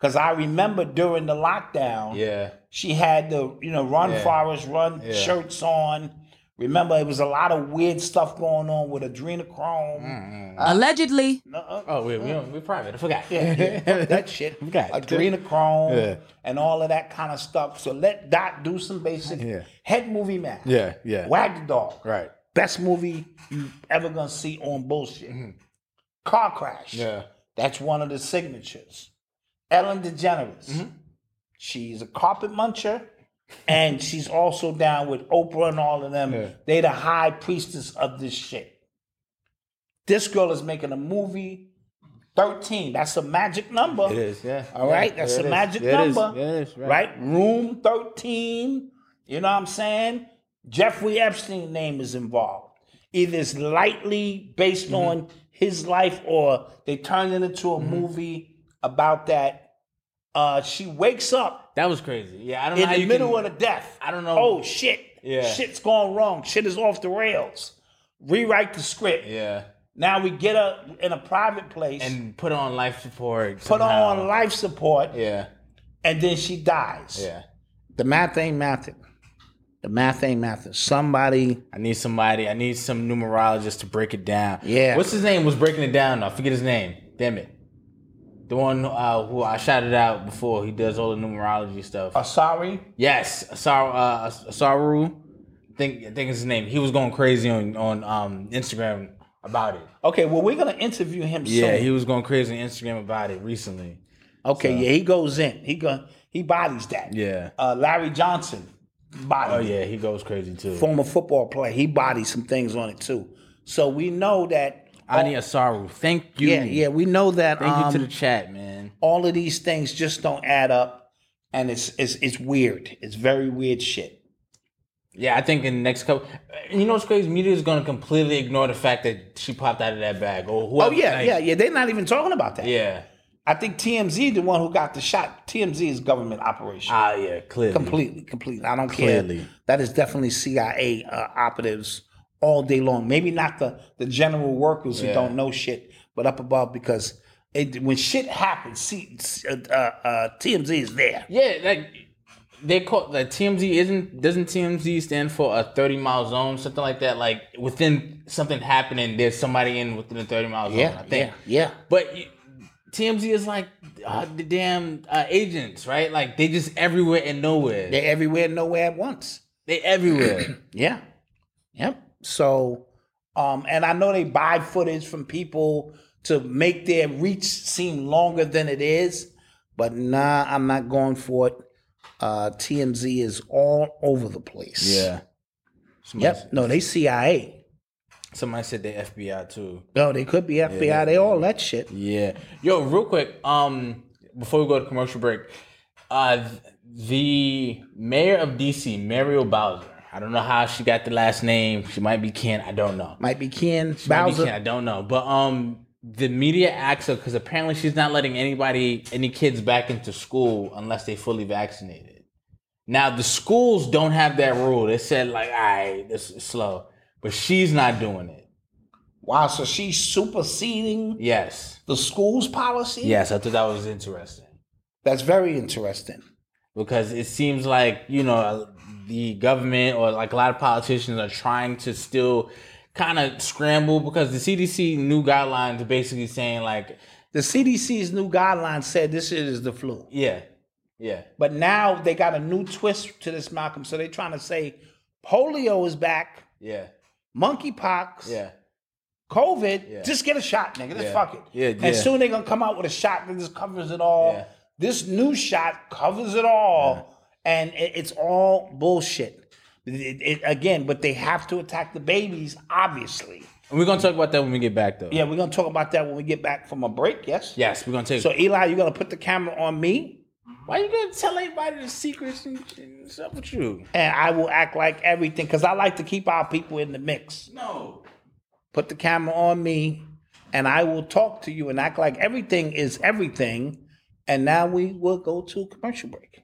S3: Cause I remember during the lockdown,
S2: Mm. yeah
S3: She had the you know run
S2: Yeah.
S3: forest run
S2: Yeah.
S3: shirts on. Remember, it was a lot of weird stuff going on with adrenochrome.
S7: Allegedly.
S3: Nuh-uh.
S2: oh we we we private i forgot
S3: uh, Yeah, yeah, fuck that shit.
S2: Forgot.
S3: Adrenochrome
S2: Yeah.
S3: and all of that kind of stuff. So let Dot do some basic
S2: Yeah.
S3: head movie math.
S2: Yeah, yeah.
S3: Wag the dog.
S2: right
S3: Best movie you ever gonna see on bullshit. Car crash.
S2: Mm-hmm. yeah
S3: That's one of the signatures. Ellen DeGeneres.
S2: Mm-hmm.
S3: She's a carpet muncher, and she's also down with Oprah and all of them.
S2: Yeah.
S3: They the high priestess of this shit. This girl is making a movie 13. That's a magic number.
S2: It is, yeah.
S3: All
S2: Yeah,
S3: right, that's
S2: yeah, it
S3: a
S2: is.
S3: magic
S2: Yeah, it is.
S3: number.
S2: Yeah, it is, right.
S3: right. Room 13. You know what I'm saying? Jeffrey Epstein's name is involved. Either it's lightly based
S2: Mm-hmm.
S3: on his life or they turned it into a movie about that. Uh, she wakes up
S2: That was crazy. Yeah, I don't know
S3: in
S2: how
S3: the
S2: you
S3: middle
S2: can,
S3: of the death.
S2: I don't know.
S3: Oh shit.
S2: Yeah.
S3: Shit's gone wrong. Shit is off the rails. Rewrite the script.
S2: Yeah,
S3: Now we get her in a private place.
S2: and put on life support.
S3: put her
S2: somehow.
S3: on life support,
S2: Yeah,
S3: and then she dies.
S2: yeah.
S3: The math ain't mathing. The math ain't mathing. Somebody,
S2: I need somebody. I need some numerologist to break it down.
S3: Yeah.
S2: What's his name? Was breaking it down. I forget his name. Damn it. The one uh, who I shouted out before. He does all the numerology stuff.
S3: uh, sorry,
S2: Yes, Asar, uh, Asaru, I think I think is his name. He was going crazy on on um, Instagram about it.
S3: Okay, well, we're gonna interview him
S2: Yeah,
S3: soon.
S2: he was going crazy on Instagram about it recently.
S3: okay, yeah, he goes in. He go, he bodies that.
S2: Yeah.
S3: Uh, Larry Johnson body.
S2: Oh yeah, he goes crazy too.
S3: Former football player. He bodies some things on it too. So we know that.
S2: I need Asaru. Thank you.
S3: Yeah, yeah, we know that.
S2: Thank you to
S3: um,
S2: the chat, man.
S3: all of these things just don't add up, and it's it's it's weird. It's very weird shit.
S2: Yeah, I think in the next couple, you know what's crazy? Media is going to completely ignore the fact that she popped out of that bag or
S3: Oh
S2: whoever.
S3: yeah,
S2: like-
S3: yeah, yeah. They're not even talking about that.
S2: yeah.
S3: I think TMZ the one who got the shot. TMZ is government operation.
S2: Ah, yeah, clearly.
S3: completely, completely. I don't
S2: Clearly.
S3: care. That is definitely CIA uh, operatives all day long. Maybe not the the general workers who don't know shit, but up above because it, when shit happens, see, uh, uh, TMZ is there.
S2: Yeah, like they call like TMZ isn't doesn't TMZ stand for a thirty mile zone something like that? Like within something happening, there's somebody in within the thirty mile zone. I think.
S3: yeah.
S2: But you, TMZ is like uh, the damn uh, agents, right? Like they just everywhere and nowhere. They,
S3: They're everywhere, nowhere at once.
S2: everywhere.
S3: Yeah. Yep. So, um, and I know they buy footage from people to make their reach seem longer than it is, but nah, I'm not going for it. Uh, TMZ is all over the place.
S2: Somebody,
S3: Yep. No, they CIA.
S2: Somebody said they FBI too.
S3: No, they could be FBI. they all that shit.
S2: Yeah. Yo, real quick, um, before we go to commercial break, uh th- the mayor of DC, Mario Bowser. I don't know how she got the last name. She might be Ken, I don't know.
S3: Might be Ken
S2: Might be
S3: Bowser.
S2: Ken, I don't know. But um the media acts up because apparently she's not letting anybody any kids back into school unless they fully vaccinated. Now the schools don't have that rule. They said like, all right, this is slow. But she's not doing it.
S3: Wow. So she's superseding
S2: Yes.
S3: the school's policy.
S2: Yes, I thought that was interesting.
S3: That's very interesting.
S2: because it seems like you know uh, the government or like a lot of politicians are trying to still kind of scramble because the CDC new guidelines are basically saying like
S3: The CDC's new guidelines said this shit is the flu.
S2: yeah yeah
S3: But now they got a new twist to this, Malcolm. So they're trying to say polio is back,
S2: yeah
S3: monkeypox,
S2: yeah
S3: COVID. Just get a shot, nigga. Just
S2: Yeah.
S3: fuck it.
S2: Yeah,
S3: and
S2: yeah.
S3: soon they're gonna come out with a shot that just covers it all.
S2: Yeah.
S3: This new shot covers it all, and it- it's all bullshit. It- it- again, but they have to attack the babies, obviously.
S2: and we're gonna talk about that when we get back though
S3: Yeah, we're gonna talk about that when we get back from a break. Yes.
S2: yes we're gonna take
S3: So Eli, you're gonna put the camera on me.
S2: why you gonna tell everybody the secrets and, and what's up with you
S3: and I will act like everything because I like to keep our people in the mix. No. Put the camera on me and I will talk to you and act like everything is everything. And now we will go to commercial break.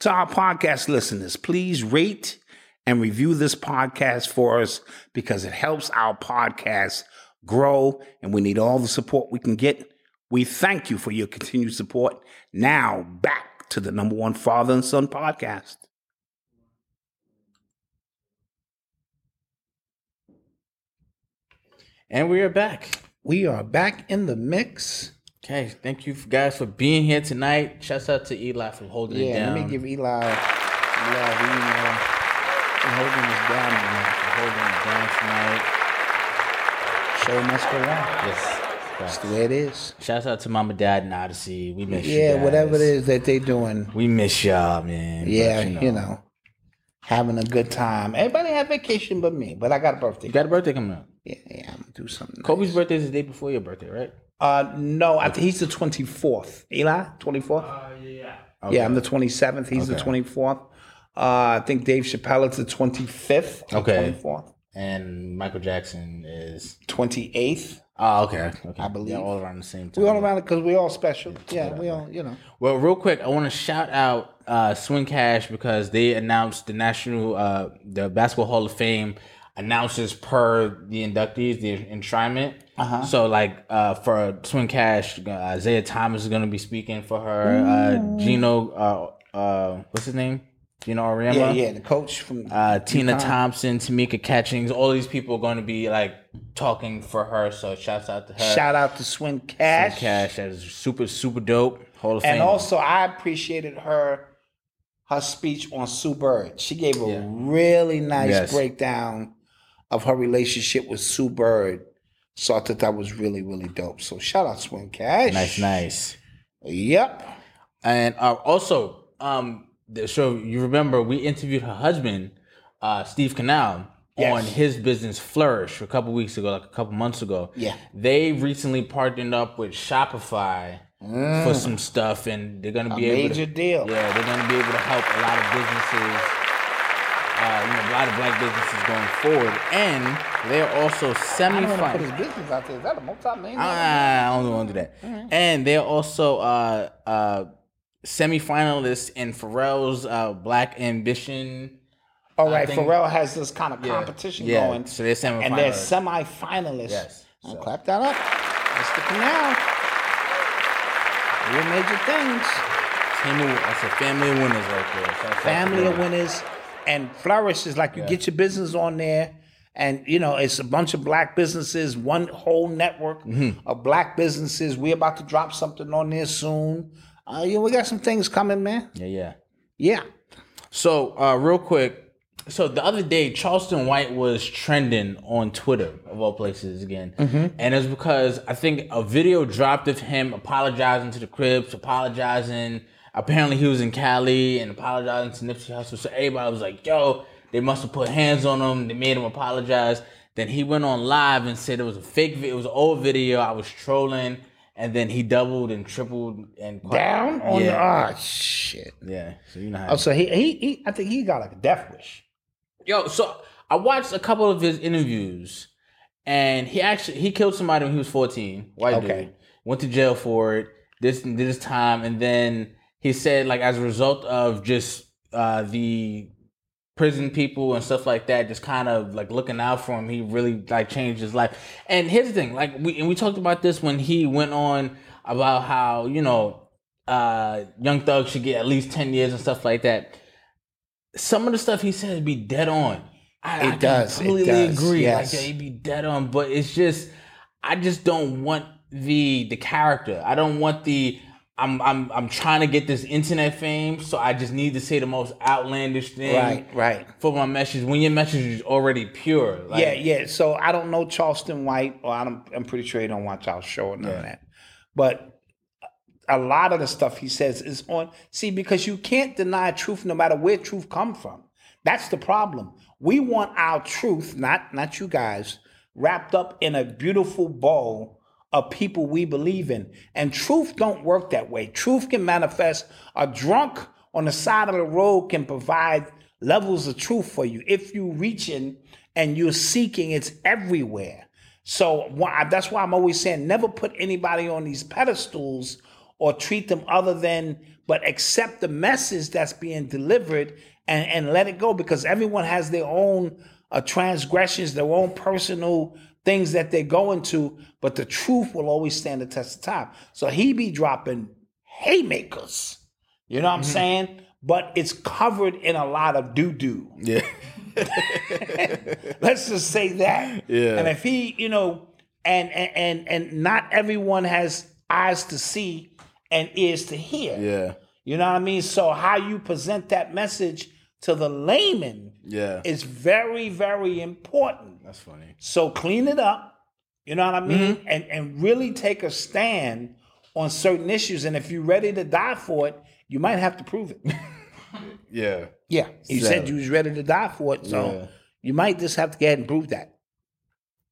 S3: To our podcast listeners, please rate and review this podcast for us because it helps our podcast grow and we need all the support we can get. We thank you for your continued support. Now, back to the number one father and son podcast.
S2: And we are back.
S3: We are back in the mix.
S2: Okay, thank you guys for being here tonight. Shouts out to Eli for holding it
S3: Yeah,
S2: down.
S3: let me give Eli. Eli, he, uh, been holding us down, man.
S2: for holding it down tonight.
S3: Show must go on. That's
S2: Yes.
S3: the way it is.
S2: Shouts out to Mama, Dad, and Odyssey. We miss you.
S3: Yeah,
S2: guys.
S3: whatever it is that they doing.
S2: We miss y'all, man. But,
S3: Yeah, you know, having a good time. Everybody had vacation but me, but I got a birthday.
S2: You got a birthday coming up.
S3: yeah, yeah, I'm gonna do something.
S2: Kobe's
S3: nice.
S2: birthday is the day before your birthday, right?
S3: Uh, no, I think he's the 24th. Eli, 24th.
S6: Uh, yeah.
S3: Yeah, I'm the 27th. He's the
S2: Okay.
S3: 24th. Uh, I think Dave Chappelle's the 25th. or
S2: Okay.
S3: 24th.
S2: And Michael Jackson is.
S3: 28th.
S2: Oh, okay. okay.
S3: I believe.
S2: They're all around the same time.
S3: We all around it because we all special. Yeah, we all, you know.
S2: Well, real quick, I want to shout out uh, Swing Cash because they announced the national, uh, the Basketball Hall of Fame announces per the inductees the enshrinement. Uh-huh. So, like uh, for Swing Cash, uh, Isaiah Thomas is going to be speaking for her. Uh, Gino, uh, uh, what's his name? Gino Auriemma.
S3: Yeah, yeah. The coach from
S2: Uh, Tina Thompson, Tamika Catchings, all these people are going to be like talking for her. So, shouts out to her.
S3: shout out to Swin
S2: Swing
S3: Cash.
S2: Cash, that is super, super dope. Hall of
S3: And
S2: Fame.
S3: also, I appreciated her her speech on Sue Bird. She gave a
S2: Yeah.
S3: really nice
S2: Yes.
S3: breakdown of her relationship with Sue Bird. So I thought that was really, really dope. So shout out Swin Cash.
S2: nice, nice.
S3: Yep.
S2: And uh, also, um, the- so you remember we interviewed her husband, uh, Steve Canal,
S3: Yes.
S2: on his business Flourish a couple weeks ago, like a couple months ago.
S3: Yeah.
S2: they recently partnered up with Shopify for some stuff, and they're gonna
S3: Mm. A
S2: be able
S3: major
S2: to,
S3: deal.
S2: Yeah, they're gonna be able to help a lot of businesses. Uh, you know, a lot of black businesses going forward, and they're also
S3: I
S2: semi
S3: don't want to put his business out there. Is that a multi-million? dollar-
S2: Ah, I don't want to do that. And they're also uh, uh, semi-finalists in Pharrell's uh, Black Ambition.
S3: All right,
S2: think-
S3: Pharrell has this kind of competition
S2: yeah,
S3: going.
S2: so they're semifinalists.
S3: And they're semi-finalists.
S2: Yes,
S3: Now
S2: so-
S3: Clap that up. Mr. Canal. Real major things.
S2: Team of, that's a family of winners right there. Shout out to
S3: family of
S2: them.
S3: winners and flourish is like you get your business on there and you know it's a bunch of black businesses one whole network
S2: Mm-hmm. hmm.
S3: of black businesses we're about to drop something on there soon uh you know we got some things coming man
S2: Yeah, yeah.
S3: yeah
S2: So uh, real quick, so the other day Charleston White was trending on Twitter of all places again, and it's because I think a video dropped of him apologizing to the Crips, apologizing. Apparently he was in Cali and apologizing to Nipsey Hussle. So everybody was like, "Yo, they must have put hands on him. They made him apologize." Then he went on live and said it was a fake. vi- It was an old video. I was trolling, and then he doubled and tripled and
S3: down on
S2: yeah,
S3: the oh shit
S2: yeah. So you know how
S3: oh so he, he he i think he got like a death wish
S2: Yo, so I watched a couple of his interviews, and he actually he killed somebody when he was fourteen. White
S3: Okay.
S2: dude went to jail for it. This did his time, and then he said like as a result of just uh, the prison people and stuff like that, just kind of like looking out for him. He really like changed his life. And here's the thing, like we and we talked about this when he went on about how you know uh, Young Thug should get at least ten years and stuff like that. Some of the stuff he says be dead on. I,
S3: It
S2: I
S3: does, it
S2: completely
S3: does,
S2: agree.
S3: yes.
S2: Like yeah, he be dead on, but it's just I just don't want the the character. I don't want the I'm I'm I'm trying to get this internet fame, so I just need to say the most outlandish thing
S3: Right, right.
S2: for my message. When your message is already pure, like,
S3: yeah, yeah. So I don't know Charleston White, or I don't, I'm pretty sure he don't watch our show or none of that. But a lot of the stuff he says is on. See, because you can't deny truth, no matter where truth come from. That's the problem. We want our truth, not not you guys, wrapped up in a beautiful bowl of people we believe in. And truth don't work that way. Truth can manifest. A drunk on the side of the road can provide levels of truth for you if you reaching and you're seeking. It's everywhere. So why, that's why I'm always saying never put anybody on these pedestals or treat them other than, but accept the message that's being delivered and, and let it go because everyone has their own uh, transgressions, their own personal things that they go into, but the truth will always stand the test of time. So he be dropping haymakers. You know what I'm
S2: Mm-hmm.
S3: saying? But it's covered in a lot of doo doo.
S2: yeah.
S3: Let's just say that. Yeah. And if he, you know, and and and, and not everyone has eyes to see and ears to hear.
S2: Yeah.
S3: You know what I mean? So how you present that message to the layman
S2: Yeah.
S3: is very, very important.
S2: That's funny.
S3: So clean it up. You know what I mean?
S2: Mm-hmm.
S3: And and really take a stand on certain issues. And if you're ready to die for it, you might have to prove it.
S2: Yeah.
S3: Yeah. You
S2: So-
S3: said you was ready to die for it. So
S2: Yeah.
S3: you might just have to go ahead and prove that.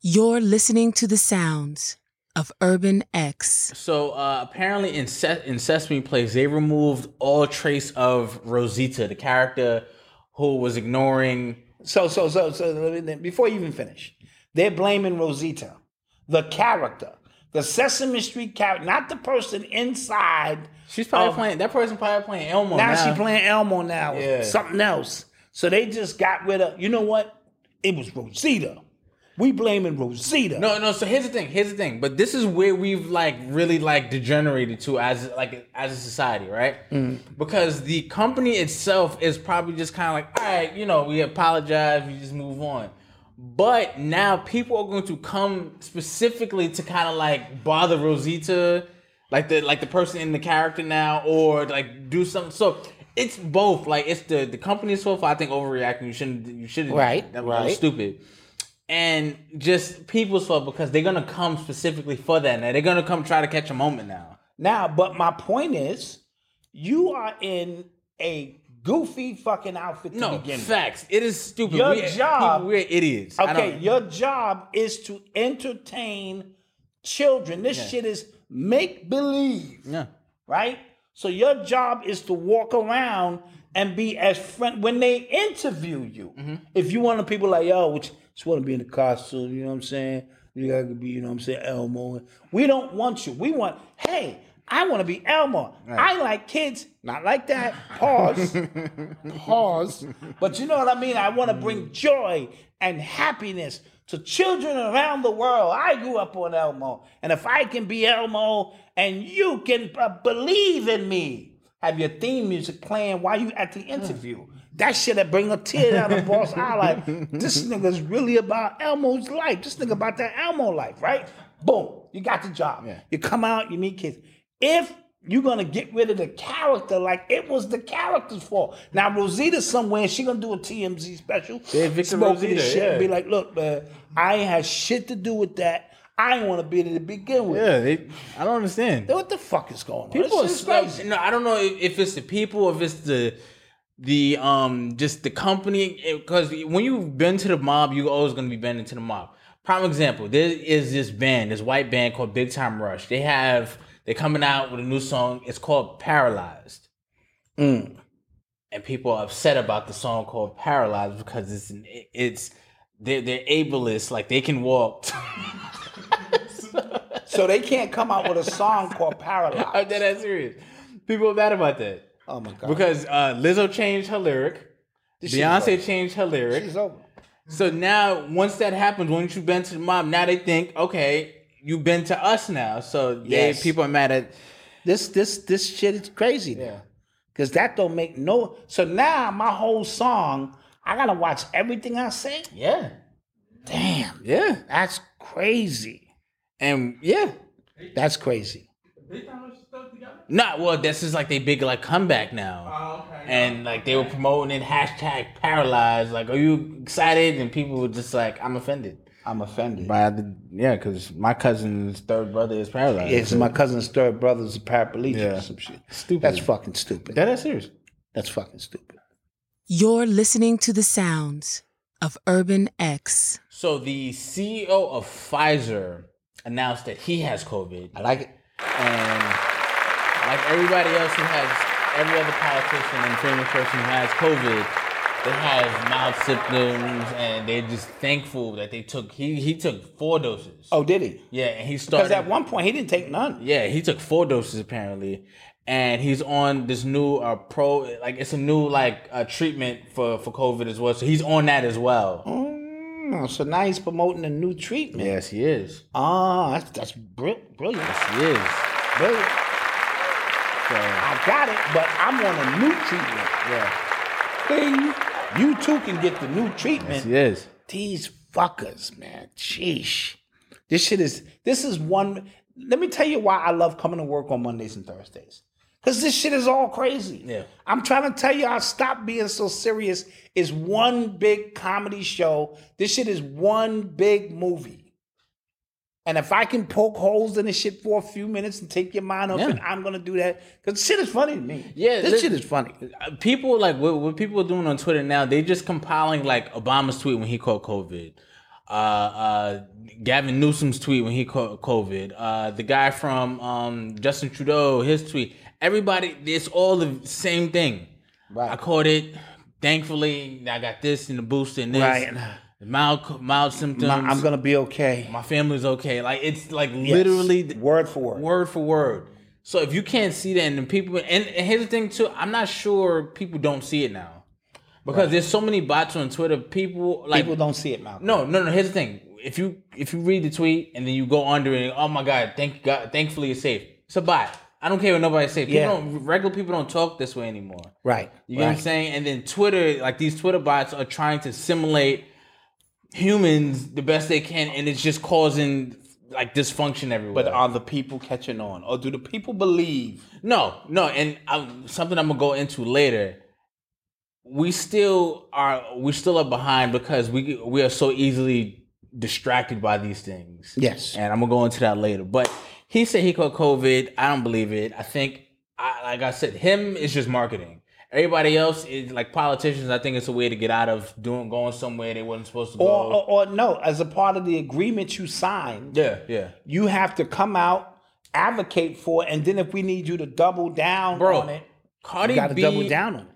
S8: You're listening to the sounds of Urban X.
S2: So uh, apparently, in, Se- in Sesame Place, they removed all trace of Rosita, the character who was ignoring.
S3: So so so so let me- before you even finish, they're blaming Rosita, the character, the Sesame Street character, not the person inside.
S2: She's probably
S3: Oh.
S2: playing that person. Probably playing Elmo
S3: now
S2: now.
S3: she playing Elmo now,
S2: Yeah.
S3: something else. So they just got rid of. You know what? It was Rosita. We blaming Rosita.
S2: No, no. So here's the thing. Here's the thing. But this is where we've like really like degenerated to as like as a society, right? Because the company itself is probably just kind of like, all right, you know, we apologize, we just move on. But now people are going to come specifically to kind of like bother Rosita, like the like the person in the character now, or like do something. So it's both. Like it's the the company itself. I think overreacting. You shouldn't. You shouldn't.
S3: Right,
S2: That was
S3: right.
S2: Stupid and just people's fault because they're gonna come specifically for that. Now they're gonna come try to catch a moment now.
S3: Now, but my point is, you are in a goofy fucking outfit to
S2: No
S3: begin with.
S2: facts. It is stupid.
S3: Your
S2: we,
S3: job-
S2: people, we're idiots. I
S3: Okay,
S2: don't-
S3: your job is to entertain children. This shit is make believe,
S2: yeah.
S3: right? So your job is to walk around and be as friend when they interview you.
S2: Mm-hmm.
S3: If you want the people like yo, which just want to be in the costume, you know what I'm saying? You gotta be, you know what I'm saying, Elmo. We don't want you. We want, hey, I want to be Elmo. I like kids, not like that. Pause. pause. But you know what I mean? I want to bring joy and happiness to children around the world. I grew up on Elmo. And if I can be Elmo and you can uh, believe in me, have your theme music playing while you at the interview. That shit that bring a tear down the boss eye like, this nigga's really about Elmo's life. This nigga about that Elmo life, right? Boom, you got the job. You come out, you meet kids. If you're gonna get rid of the character like it was the character's fault. Now Rosita's somewhere, she gonna do a TMZ special.
S2: They evicted
S3: smoking
S2: Rosita,
S3: this shit and be
S2: yeah.
S3: like, look, man, I ain't had shit to do with that. I ain't wanna be there to begin with.
S2: they, I don't understand.
S3: Then What the fuck is going on?
S2: People are
S3: This shit's
S2: slow.
S3: crazy.
S2: No, I don't know if, if it's the people, if it's the the um just the company. Because when you've been to the mob, you're always gonna be bending to the mob. Prime example: there is this band, this white band called Big Time Rush. They have they're coming out with a new song. It's called Paralyzed. And people are upset about the song called Paralyzed because it's an, it's they're, they're ableist. Like they can walk.
S3: So they can't come out with a song called
S2: I'm
S3: Paralyzed.
S2: dead ass serious. People are mad about that.
S3: Oh my god.
S2: Because uh, Lizzo changed her lyric.
S3: This shit is
S2: Beyonce
S3: over.
S2: changed her lyric.
S3: This is over.
S2: So now, once that happens, once you bend to the mob, now they think, okay, you bend to us now. So they
S3: Yes.
S2: people are mad at.
S3: This this this shit is crazy now. Cause that don't make no so now my whole song, I gotta watch everything I sing.
S2: Yeah.
S3: Damn.
S2: Yeah.
S3: That's crazy.
S2: And yeah.
S3: That's crazy.
S2: Not well, this is like they big like comeback now. And like they were promoting it hashtag paralyzed. Like, are you excited? And people were just like, I'm offended.
S3: I'm offended.
S2: By the yeah, because my cousin's third brother is paralyzed.
S3: It's
S2: so-
S3: my cousin's third brother's a paraplegic
S2: Yeah.
S3: or some shit.
S2: Stupid.
S3: That's fucking stupid.
S2: That is serious.
S3: That's fucking stupid.
S8: You're listening to the sounds of Urban X.
S2: So the CEO of Pfizer announced that he has COVID.
S3: I like it.
S2: and like everybody else who has every other politician and famous person who has COVID, they have mild symptoms and they're just thankful that they took he he took four doses.
S3: Oh, did he?
S2: yeah, and he started
S3: Because at one point he didn't take none.
S2: yeah, he took four doses apparently, and he's on this new uh, pro like it's a new like uh, treatment for for COVID as well. So he's on that as well.
S3: Mm, so now he's promoting a new treatment.
S2: Yes, he is.
S3: Ah, that's that's brill- brilliant.
S2: Yes, he is.
S3: Brilliant.
S2: So
S3: I got it, but I'm on a new treatment.
S2: yeah,
S3: Bing. You too can get the new
S2: yes,
S3: treatment.
S2: he is.
S3: These fuckers, man. Sheesh. This shit is this is one. Let me tell you why I love coming to work on Mondays and Thursdays. Cause this shit is all crazy.
S2: Yeah.
S3: I'm trying to tell y'all, stop being so serious. It's one big comedy show. This shit is one big movie. And if I can poke holes in this shit for a few minutes and take your mind off
S2: Yeah.
S3: it, I'm gonna do that. Cause shit is funny to me.
S2: Yeah,
S3: this
S2: listen- Uh,
S3: shit is funny.
S2: people like what, what people are doing on Twitter now, they just compiling like Obama's tweet when he called COVID, uh, uh, Gavin Newsom's tweet when he called COVID, uh, the guy from um, Justin Trudeau, his tweet. Everybody, it's all the same thing. I caught it. Thankfully, I got this and the booster and this.
S3: Right.
S2: Mild, mild symptoms.
S3: My- I'm gonna be okay.
S2: My family's okay. Like it's like
S3: Yes.
S2: literally
S3: word for word.
S2: word for word. So if you can't see that, and the people, and, and here's the thing too, I'm not sure people don't see it now because there's so many bots on Twitter. People like
S3: People don't see it, Malcolm.
S2: No, no, no. Here's the thing: if you if you read the tweet and then you go under it, oh my god, thank God, thankfully it's safe. It's a bot. I don't care what nobody say. People
S3: Yeah.
S2: don't regular people don't talk this way anymore.
S3: right?
S2: You know what I'm saying? And then Twitter, like these Twitter bots are trying to simulate humans the best they can, and it's just causing like dysfunction everywhere.
S3: But are the people catching on, or do the people believe?
S2: No, no, and I, something I'm gonna go into later. We still are we still are behind because we we are so easily distracted by these things.
S3: Yes.
S2: and I'm gonna go into that later. But he said he caught COVID. I don't believe it. I think, I, like I said, him is just marketing. Everybody else is like politicians. I think it's a way to get out of doing going somewhere they wasn't supposed to go.
S3: Or, or, or no, as a part of the agreement you signed,
S2: yeah, yeah,
S3: you have to come out, advocate for, it, and then if we need you to double down on
S2: bro.
S3: it, you
S2: Cardi
S3: got to
S2: B
S3: double down on it.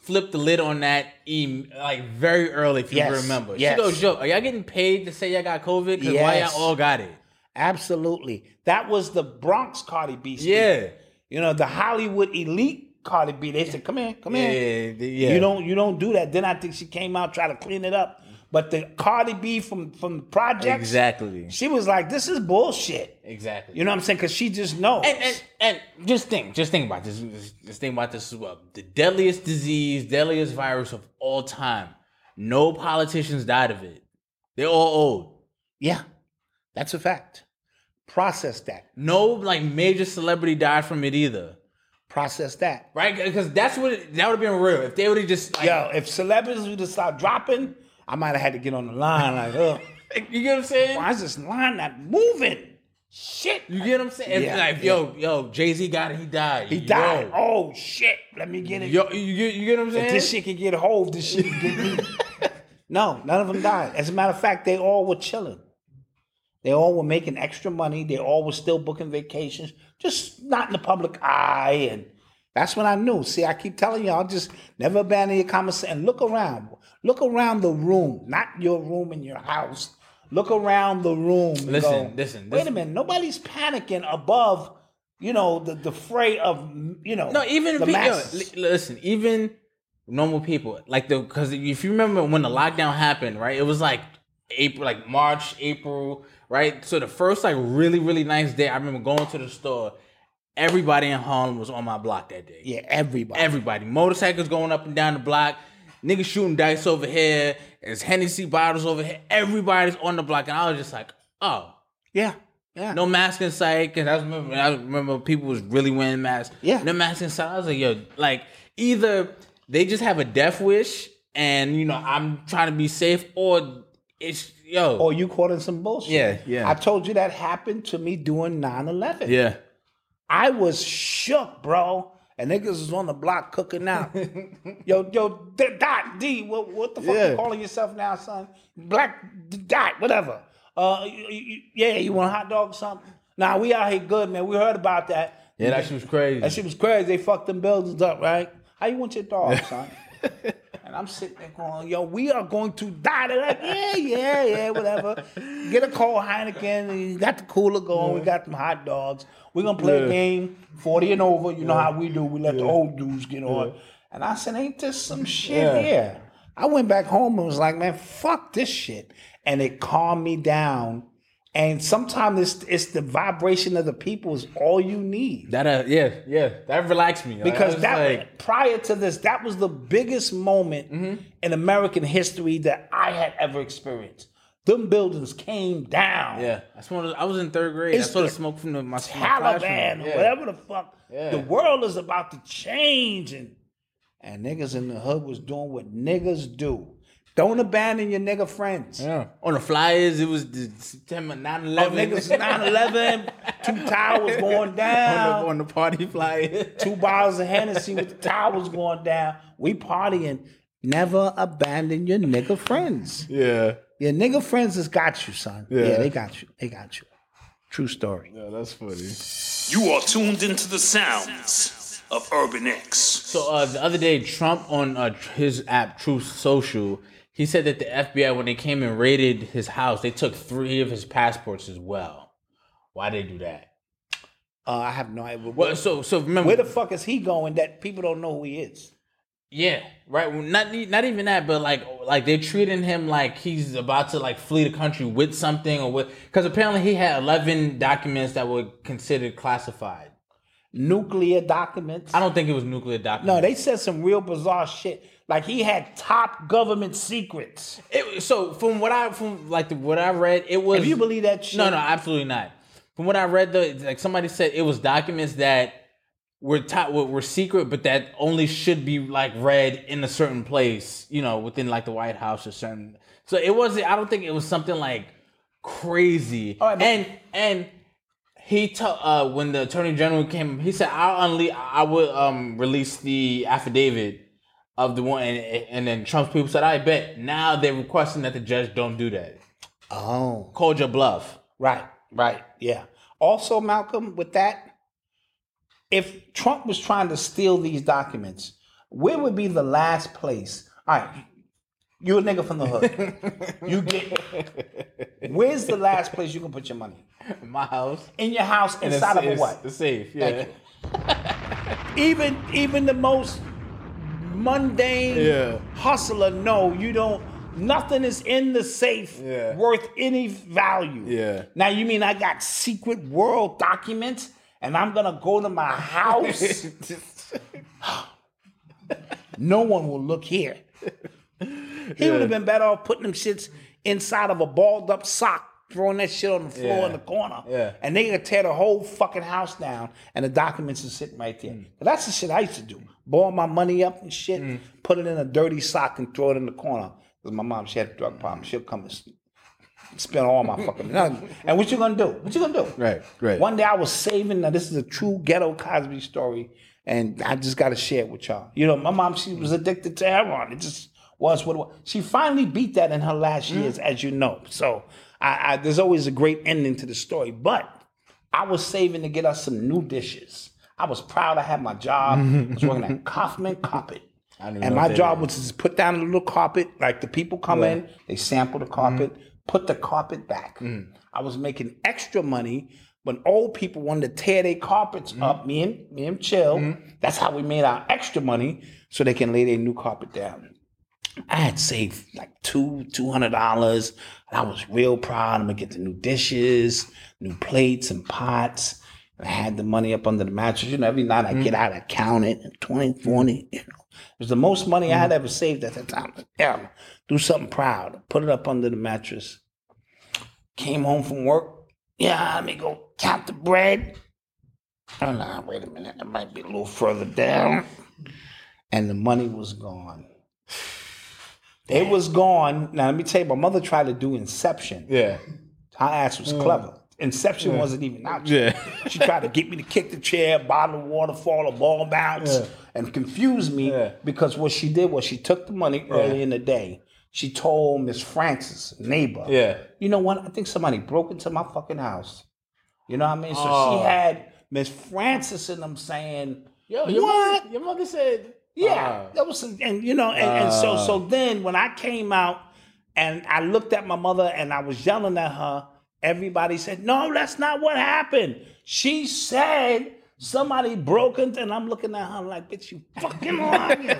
S2: flipped the lid on that em- like very early if you
S3: Yes,
S2: remember.
S3: yes.
S2: She goes, "Yo, are y'all getting paid to say y'all got COVID? Because why
S3: Yes.
S2: y'all all got it?
S3: Absolutely, that was the Bronx Cardi B. speak.
S2: Yeah,
S3: you know the Hollywood elite Cardi B. They said, "Come in, come
S2: yeah,
S3: in."
S2: yeah, yeah.
S3: You don't you don't do that. Then I think she came out try to clean it up. But the Cardi B from from the project,
S2: exactly,
S3: she was like, "This is bullshit."
S2: exactly.
S3: You know what I'm saying? Because she just knows.
S2: and, and and just think, just think about this. Just, just think about this as well. The deadliest disease, deadliest virus of all time. No politicians died of it. They're all old.
S3: yeah, that's a fact. Process that.
S2: No like major celebrity died from it either.
S3: Process that.
S2: Right? Because that's what it, that would have been real if they would have just like,
S3: Yo, if celebrities would have stopped dropping, I might have had to get on the line. Like, ugh,
S2: You get what I'm saying?
S3: why is this line not moving? Shit.
S2: You get what I'm saying?
S3: Yeah,
S2: It's like, yo, yo, Jay Z got it, he died.
S3: He died. Oh shit. Let me get it.
S2: Yo, you get, you get what I'm saying?
S3: If this shit can get hold, this shit can get me. no, none of them died. As a matter of fact, they all were chilling. They all were making extra money. They all were still booking vacations, just not in the public eye. And that's when I knew. See, I keep telling y'all, just never abandon your common sense. And look around. Look around the room, not your room in your house. Look around the room. and
S2: Listen,
S3: go,
S2: listen,
S3: Wait a
S2: listen.
S3: minute. Nobody's panicking above, you know, the, the fray of, you know,
S2: no, even
S3: the
S2: if you- yo,
S3: masses.
S2: li- listen, even normal people, like the, because if you remember when the lockdown happened, right? It was like April, like March, April, right? So the first like really, really nice day, I remember going to the store Everybody in Harlem was on my block that day.
S3: Yeah, everybody.
S2: Everybody. Motorcycles going up and down the block. Niggas shooting dice over here. There's Hennessy bottles over here. Everybody's on the block. And I was just like, oh.
S3: Yeah. Yeah.
S2: No mask inside. Because I, remember- I remember people was really wearing masks.
S3: Yeah.
S2: No mask inside. I was like, yo, like either they just have a death wish and, you know, I'm trying to be safe or it's, yo.
S3: Or you caught in some bullshit.
S2: Yeah, yeah.
S3: I told you that happened to me during 9 11.
S2: yeah.
S3: I was shook, bro. And niggas was on the block cooking out. yo, yo, D- Dot D, what, what the fuck
S2: Yeah.
S3: you calling yourself now, son? Black D- Dot, whatever. Uh, you- you- yeah, you want a hot dog or something? Nah, we out here good, man. We heard about that.
S2: Yeah, that shit was crazy.
S3: That shit was crazy. They fucked them buildings up, right? How you want your dog, son? and I'm sitting there going, yo, we are going to die. They're like, yeah, yeah, yeah, whatever. Get a cold Heineken. And you got the cooler going. We got them hot dogs. We're going to play a game, 40 and over. You know how we do. We let the old dudes get on. And I said, ain't this some shit
S2: Yeah.
S3: here? I went back home and was like, man, fuck this shit. And it calmed me down. And sometimes it's, it's the vibration of the people is all you need
S2: That uh, yeah, yeah, that relaxed me Like, I
S3: because
S2: was
S3: that
S2: like, Mm-hmm.
S3: prior to this, that was the biggest moment in American history that I had ever experienced. Them buildings came down.
S2: yeah, I smelled. I was in third grade.
S3: It's
S2: I saw the
S3: the
S2: smoke from the, my my classroom.
S3: Taliban or
S2: Yeah.
S3: whatever the fuck.
S2: Yeah.
S3: The world is about to change, and and niggas in the hood was doing what niggas do. Don't abandon your nigga friends.
S2: Yeah. On the flyers, it was the September 9
S3: Oh,
S2: 11.
S3: niggas 9-11, two towers going down.
S2: on, the, on the party flyer.
S3: two bottles of Hennessy with the towels going down. We partying. Never abandon your nigga friends.
S2: yeah.
S3: Your nigga friends has got you, son. Yeah.
S2: Yeah.
S3: they got you. They got you. True story.
S2: Yeah, that's funny.
S5: You are tuned into the sounds of Urban X.
S2: So uh, the other day, Trump on uh, his app Truth Social, he said that the FBI, when they came and raided his house, they took three of his passports as well. Why they do that?
S3: Uh, I have no idea.
S2: Well, so so remember
S3: where the fuck is he going that people don't know who he is?
S2: Yeah, right. Well, not e- not even that, but like like they're treating him like he's about to like flee the country with something or with because apparently he had eleven documents that were considered classified.
S3: Nuclear documents.
S2: I don't think it was nuclear documents.
S3: no, they said some real bizarre shit. Like he had top government secrets.
S2: It, so from what I from like the, what I read, it was.
S3: If you believe that shit,
S2: No, no, absolutely not. From what I read, though, it's like somebody said it was documents that were top were, were secret, but that only should be like read in a certain place, you know, within like the White House or certain. So it wasn't. I don't think it was something like crazy.
S3: All right, but-
S2: and and he told uh, when the attorney general came, he said, "I'll unle- I will um release the affidavit." Of the one, and, and then Trump's people said, "I bet." Now they're requesting that the judge don't do that.
S3: Oh,
S2: Called your bluff.
S3: Right, right, yeah. Also, Malcolm, with that, if Trump was trying to steal these documents, where would be the last place? All right, you a nigga from the hood. you get where's the last place you can put your money?
S2: my house.
S3: In your house,
S2: And
S3: inside of
S2: it's-
S3: a what?
S2: it's Safe, yeah.
S3: Thank you. even even the most mundane
S2: Yeah.
S3: hustler, no, you don't. Nothing is in the safe
S2: Yeah.
S3: worth any value.
S2: Yeah.
S3: Now you mean I got secret world documents and I'm gonna go to my house? no one will look here. He would have been better off putting them shits inside of a balled up sock, throwing that shit on the floor
S2: Yeah.
S3: in the corner.
S2: Yeah.
S3: And they gonna tear the whole fucking house down and the documents are sitting right there. That's the shit I used to do. Boil my money up and shit, put it in a dirty sock and throw it in the corner. Because my mom, she had a drug problem. She'll come and s- spend all my fucking money. And what you gonna do? What you gonna do?
S2: Right, right.
S3: One day I was saving. Now this is a true ghetto Cosby story, and I just gotta share it with y'all. You know, my mom, she was addicted to heroin. It just was what it was. She finally beat that in her last
S2: Mm.
S3: years, as you know. So I, I there's always a great ending to the story. But I was saving to get us some new dishes. I was proud I had my job. I was working at Kaufman Carpet.
S2: don't
S3: And
S2: know
S3: my
S2: what that
S3: job
S2: is.
S3: was to just put down a little carpet, like the people come in, they sample the carpet, put the carpet back.
S2: Mm.
S3: I was making extra money when old people wanted to tear their carpets up. Me and me and Chill, that's how we made our extra money so they can lay their new carpet down. I had saved like two, two hundred dollars. and I was real proud. I'm gonna get the new dishes, new plates and pots. I had the money up under the mattress. You know, every night I get out, I count it, 20, 40, you know. It was the most money I had ever saved at that time. Yeah, I'ma do something proud. Put it up under the mattress. Came home from work. Yeah, let me go count the bread. Oh, no, wait a minute. That might be a little further down. And the money was gone. It was gone. Now, let me tell you, my mother tried to do Inception.
S2: Yeah.
S3: Her ass was
S2: Mm.
S3: clever. Inception wasn't even out yet. she tried to get me to kick the chair, bottle of water fall, a ball bounce,
S2: Yeah.
S3: and confuse me because what she did was she took the money early in the day. She told Miss Francis, neighbor,
S2: Yeah.
S3: you know what? I think somebody broke into my fucking house. You know what I mean? So
S2: Oh.
S3: she had Miss Francis and I'm saying,
S2: Yo, your
S3: what?
S2: Mother, your mother said.
S3: Yeah,
S2: Ah.
S3: that was some, and you know, and, and so
S2: Ah.
S3: so then when I came out and I looked at my mother and I was yelling at her, everybody said, "No, that's not what happened." She said somebody broke into, and I'm looking at her like, "Bitch, you fucking lying,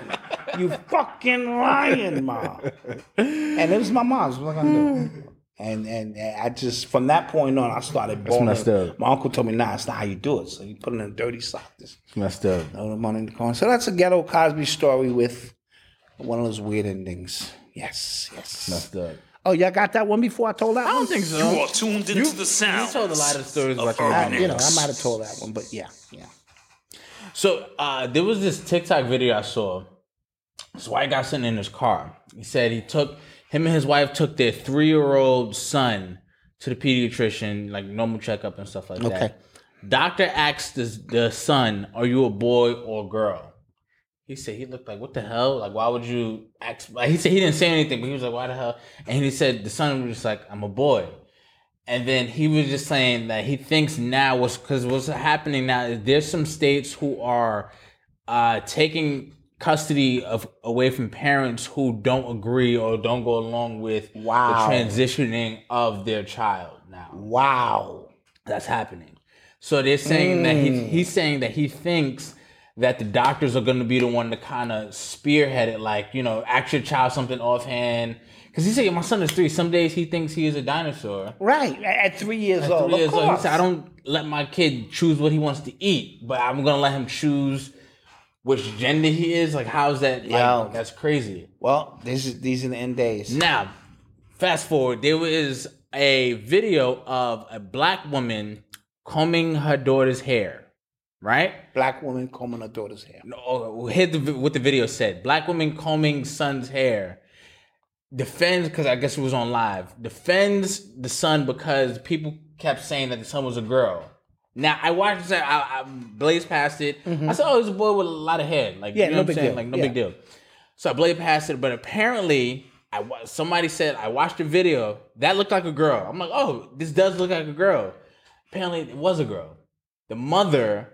S3: you fucking lying, ma." And it was my mom's. What I gonna do? And, and and I just from that point on, I started balling.
S2: messed up.
S3: My uncle told me, "Nah, it's not how you do it." So you put it in a dirty sock. This
S2: Messed up.
S3: throw the money in the corner. So that's a ghetto Cosby story with one of those weird endings. Yes, yes.
S2: Messed up.
S3: Oh, y'all got that one before I told that one? I don't think
S5: You are tuned into the
S2: You
S5: sounds
S2: told a lot of stories
S5: of
S2: about your
S5: urban
S2: mom.
S3: you know, I might have told that one, but yeah, yeah.
S2: So uh, there was this TikTok video I saw. This white guy sitting in his car. He said he took him and his wife took their three year old son to the pediatrician, like normal checkup and stuff like that.
S3: Okay.
S2: Doctor asked the, the son, "Are you a boy or a girl?" He said he looked like, "What the hell? Like, why would you ask?" Like, he said he didn't say anything, but he was like, "Why the hell?" And he said the son was just like, "I'm a boy." And then he was just saying that he thinks now what's because what's happening now is there's some states who are uh, taking custody of away from parents who don't agree or don't go along with
S3: Wow.
S2: the transitioning of their child now.
S3: Wow. Hmm.
S2: That's happening. So they're saying that he, he's saying that he thinks that the doctors are going to be the one to kind of spearhead it, like you know, ask your child something offhand. Because he said my son is three. Some days he thinks he is a dinosaur.
S3: Right. a- At three years old.
S2: Three
S3: of
S2: years old. He
S3: course.
S2: said, I don't let my kid choose what he wants to eat, but I'm gonna let him choose which gender he is. Like, how's that?
S3: Yeah.
S2: Like, that's crazy.
S3: Well, this is these are the end days.
S2: Now, fast forward. There was a video of a black woman combing her daughter's hair. Right?
S3: Black woman combing her daughter's hair.
S2: No, uh, hit the, what the video said. Black woman combing son's hair defends because I guess it was on live. Defends the son because people kept saying that the son was a girl. Now I watched that. I, I blazed past it. I said, "Oh, it's a boy with a lot of hair." Like,
S3: Mm-hmm. Yeah,
S2: you know what
S3: no
S2: I'm
S3: big
S2: saying?
S3: deal.
S2: Like, no
S3: Yeah.
S2: big deal. So I blazed past it, but apparently, I wa- somebody said I watched the video that looked like a girl. I'm like, "Oh, this does look like a girl." Apparently, it was a girl. The mother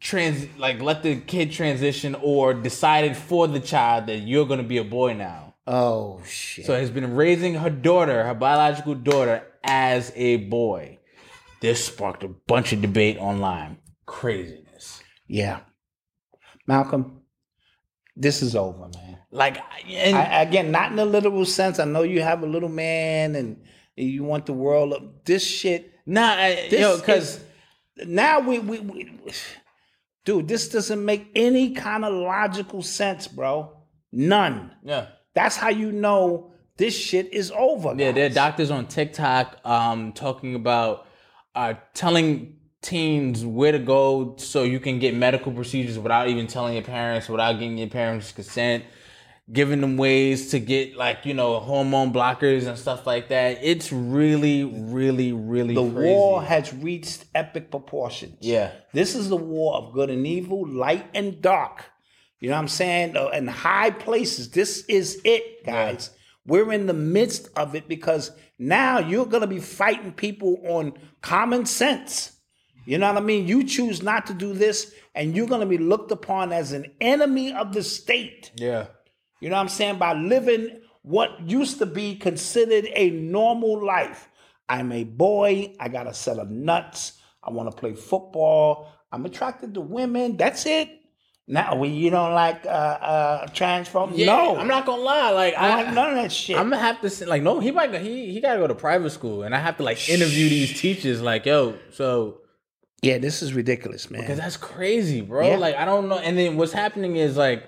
S2: trans like let the kid transition or decided for the child that you're going to be a boy now.
S3: Oh shit.
S2: So has been raising her daughter, her biological daughter, as a boy. This sparked a bunch of debate online. Craziness.
S3: yeah. Malcolm, this is over, man.
S2: Like, and
S3: I, again, not in a literal sense. I know you have a little man and you want the world up. This shit
S2: nah, I,
S3: This
S2: yo, because
S3: is- now we, we, we dude this doesn't make any kind of logical sense bro none
S2: yeah,
S3: that's how you know this shit is over
S2: yeah, there are
S3: guys.
S2: doctors on TikTok um talking about uh telling teens where to go so you can get medical procedures without even telling your parents, without getting your parents' consent. giving them ways to get like you know hormone blockers and stuff like that. It's really, really, really
S3: the
S2: crazy.
S3: war has reached epic proportions
S2: Yeah.
S3: this is the war of good and evil light and dark you know what i'm saying Uh, in high places this is it guys we're in the midst of it because now you're going to be fighting people on common sense You know what I mean? You choose not to do this, and you're going to be looked upon as an enemy of the state.
S2: yeah,
S3: You know what I'm saying? By living what used to be considered a normal life. I'm a boy. I got a set of nuts. I want to play football. I'm attracted to women. That's it. Now, we you don't like uh, uh, transform?
S2: yeah.
S3: no,
S2: I'm not gonna lie. Like
S3: I don't
S2: I,
S3: like none of that shit.
S2: I'm gonna have to say, like no, he might go- he he gotta go to private school, and I have to like interview these teachers. Like yo, so
S3: Yeah, this is ridiculous, man.
S2: Because that's crazy, bro.
S3: Yeah.
S2: Like I don't know. And then what's happening is like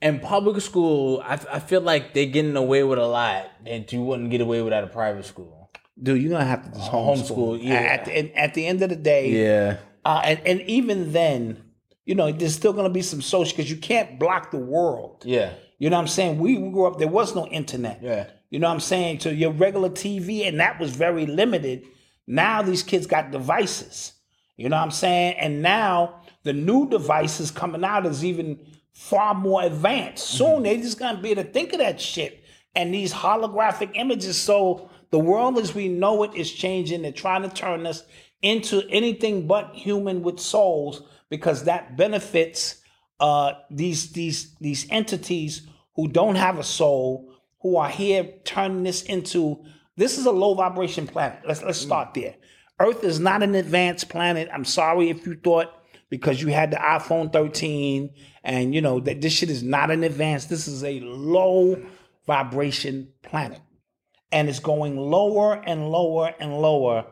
S2: in public school, I, I feel like they're getting away with a lot that you wouldn't get away with at a private school.
S3: Dude, you're gonna have to just homeschool.
S2: Oh, Homeschool, yeah.
S3: At, the, end- at the end of the day,
S2: Yeah.
S3: uh, and, and even then, you know, there's still going to be some social because you can't block the world.
S2: Yeah.
S3: You know what I'm saying? We grew up, there was no internet.
S2: Yeah.
S3: You know what I'm saying? So your regular TV, and that was very limited. Now these kids got devices. You know what I'm saying? And now the new devices coming out is even far more advanced. Soon they just gonna be able to think of that shit. And these holographic images. So the world as we know it is changing. They're trying to turn us into anything but human with souls because that benefits uh, these these these entities who don't have a soul, who are here turning this into this is a low vibration planet. Let's let's start there. Earth is not an advanced planet. I'm sorry if you thought because you had the iPhone 13 and you know that this shit is not an advanced. This is a low vibration planet. And it's going lower and lower and lower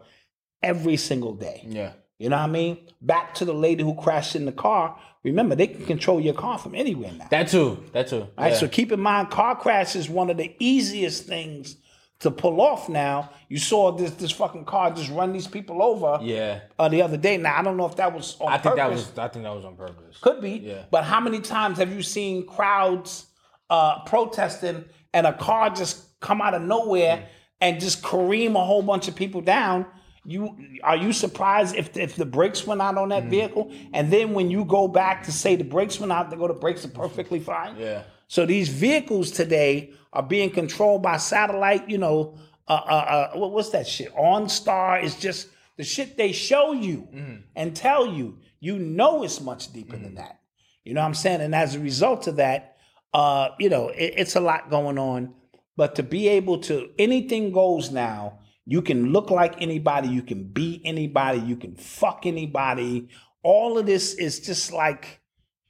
S3: every single day.
S2: Yeah.
S3: You know what I mean? Back to the lady who crashed in the car. Remember, they can control your car from anywhere now.
S2: That too. That too.
S3: All right,
S2: Yeah.
S3: so keep in mind, car crash is one of the easiest things to pull off now. You saw this this fucking car just run these people over
S2: yeah.
S3: uh, the other day. Now I don't know if that was on
S2: I think that
S3: purpose.
S2: was I think that was on purpose.
S3: could be,
S2: Yeah.
S3: but how many times have you seen crowds uh, protesting and a car just come out of nowhere
S2: Mm.
S3: and just careem a whole bunch of people down? You are you surprised if if the brakes went out on
S2: Mm.
S3: that vehicle, and then when you go back to say the brakes went out, they go the brakes are perfectly fine.
S2: Yeah.
S3: So these vehicles today are being controlled by satellite. You know, uh, uh, uh, what, what's that shit? OnStar is just the shit they show you
S2: Mm-hmm.
S3: and tell you. You know, it's much deeper than that. You know what I'm saying? And as a result of that, uh, you know, it, it's a lot going on. But to be able to anything goes now. You can look like anybody. You can be anybody. You can fuck anybody. All of this is just like.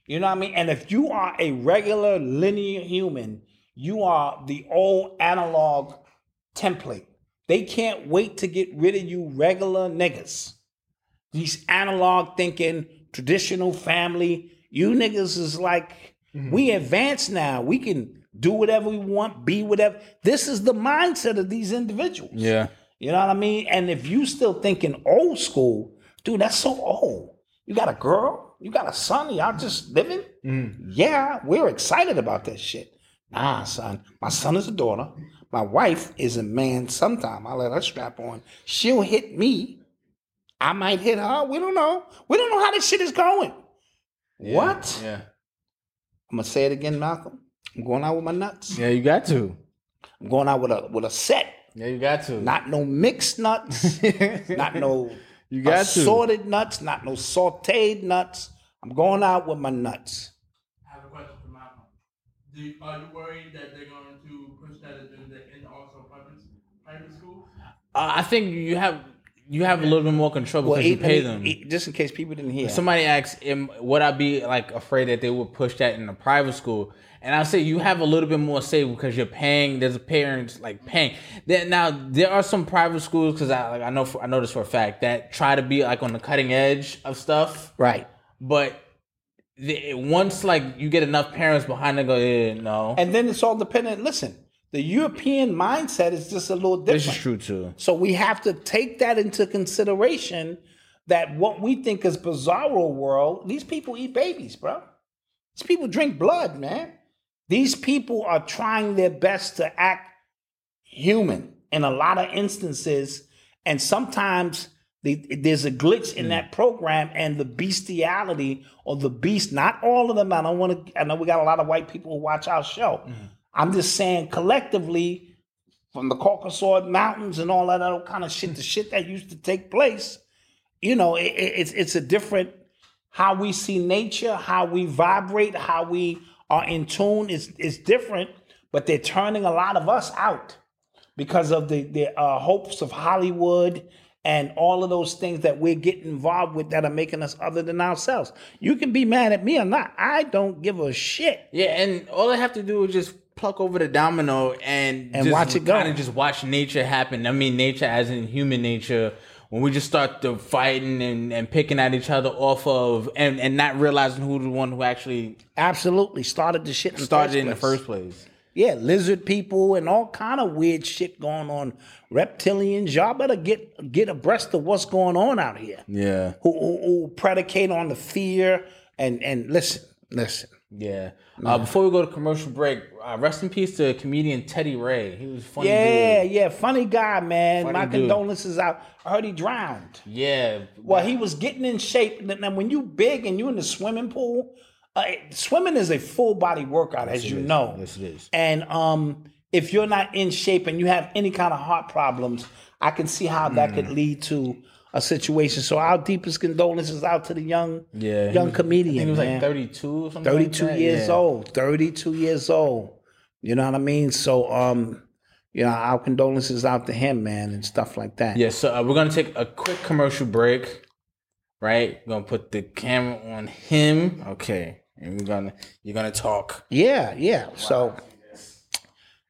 S3: You know what I mean? And if you are a regular linear human, you are the old analog template. They can't wait to get rid of you regular niggas. These analog thinking, traditional family, you niggas is like, we advanced now. We can do whatever we want, be whatever. This is the mindset of these individuals.
S2: Yeah.
S3: You know what I mean? And if you still thinking old school, dude, that's so old. You got a girl, you got a son, y'all just living? Yeah, we're excited about that shit. Nah, son. My son is a daughter. My wife is a man sometime. I let her strap on. She'll hit me. I might hit her. We don't know. We don't know how this shit is going.
S2: Yeah.
S3: What?
S2: Yeah.
S3: I'm gonna say it again, Malcolm. I'm going out with my nuts.
S2: Yeah, you got to.
S3: I'm going out with a with a set.
S2: Yeah, you got to.
S3: Not no mixed nuts. not no
S2: you got to.
S3: assorted nuts, not no sauteed nuts. I'm going out with my nuts.
S6: I have a question for Malcolm. Do you, are you worried that they're going to push that agenda in also private private schools?
S2: Uh, I think you have you have a little bit more control because you
S3: it-
S2: pay
S3: it-
S2: them.
S3: it- e, just in case people didn't hear.
S2: Somebody asks, "Am- would I be like afraid that they would push that in a private school? And I say you have a little bit more say because you're paying. There's a parents like paying. That now there are some private schools because I like I know for, I know this for a fact that try to be like on the cutting edge of stuff,
S3: right.
S2: but the, once like you get enough parents behind them, go yeah no.
S3: And then it's all dependent. Listen, the European mindset is just a little different.
S2: this is true too.
S3: So we have to take that into consideration that what we think is bizarro world, these people eat babies, bro. These people drink blood, man. These people are trying their best to act human in a lot of instances. And sometimes the, there's a glitch in that program and the bestiality or the beast, not all of them. I don't want to, I know we got a lot of white people who watch our show. I'm just saying collectively, from the Caucasoid Mountains and all that other kind of shit, the shit that used to take place, you know, it, it- it's it's a different how we see nature, how we vibrate, how we are in tune is is different. But they're turning a lot of us out because of the the uh, hopes of Hollywood and all of those things that we're getting involved with that are making us other than ourselves. You can be mad at me or not. I don't give a shit.
S2: Yeah, and all I have to do is just pluck over the domino and
S3: And watch it go.
S2: Kind of just watch nature happen. I mean, nature as in human nature. when we just start to fighting and, and picking at each other off of and, and not realizing who the one who actually
S3: absolutely started the shit in the
S2: started
S3: first
S2: in the
S3: place.
S2: first place.
S3: Yeah, lizard people and all kind of weird shit going on. Reptilians, y'all better get get abreast of what's going on out here.
S2: Yeah.
S3: Who, who, who predicate on the fear and and listen, listen.
S2: Yeah. Uh, before we go to commercial break, uh, rest in peace to comedian Teddy Ray. He was a funny.
S3: yeah,
S2: dude.
S3: yeah, funny guy, man.
S2: Funny
S3: My
S2: dude.
S3: condolences out. I heard he drowned.
S2: yeah.
S3: Well, he was getting in shape. And then when you big and you in the swimming pool, uh, swimming is a full body workout, as you know.
S2: Yes, it is.
S3: And um, if you're not in shape and you have any kind of heart problems, I can see how that
S2: Hmm.
S3: could lead to a situation. So our deepest condolences out to the young,
S2: Yeah, he
S3: young
S2: was-
S3: comedian.
S2: I think he was
S3: man.
S2: like 32 or something. like
S3: 32
S2: that.
S3: years
S2: Yeah.
S3: old 32 years old you know what i mean so um you know our condolences out to him man and stuff like that
S2: Yeah, so uh, we're gonna take a quick commercial break, right? We're gonna put the camera on him, okay? And we're gonna you're gonna talk.
S3: yeah yeah so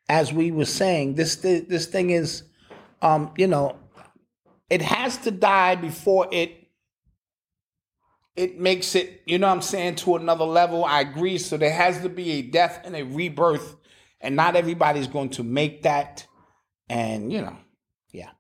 S3: as we were saying this thi- this thing is um you know it has to die before it it makes it, you know what I'm saying, to another level. I agree. So there has to be a death and a rebirth, and not everybody's going to make that. And, you know, yeah.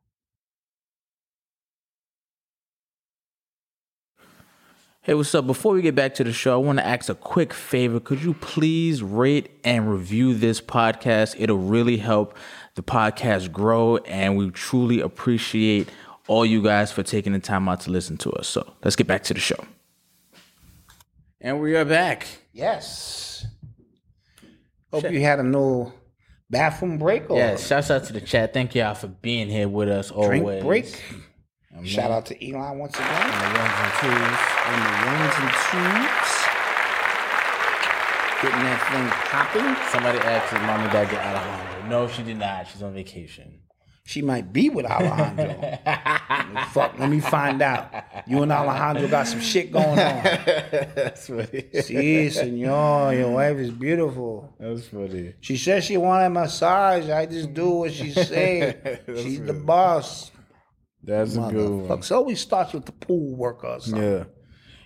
S2: Hey, what's up? Before we get back to the show, I want to ask a quick favor. Could you please rate and review this podcast? It'll really help the podcast grow, and we truly appreciate all you guys for taking the time out to listen to us. So let's get back to the show. And we are back.
S3: Yes. Hope you had a little bathroom break or
S2: Yeah, shouts out to the chat. Thank y'all for being here with us always.
S3: drink break. Shout out to Elon once again.
S2: The ones and twos.
S3: On the ones and twos. Getting that thing popping.
S2: Somebody asked if mommy dad get Alejandro. No, she did not. She's on vacation.
S3: She might be with Alejandro. Fuck, let me find out. You and Alejandro got some shit going on.
S2: That's funny.
S3: Si, senor, your wife is beautiful.
S2: That's funny.
S3: She says she wanted a massage. I just do what she say. She's the boss.
S2: That's a good one.
S3: Fuck, so always starts with the pool worker or something.
S2: Yeah.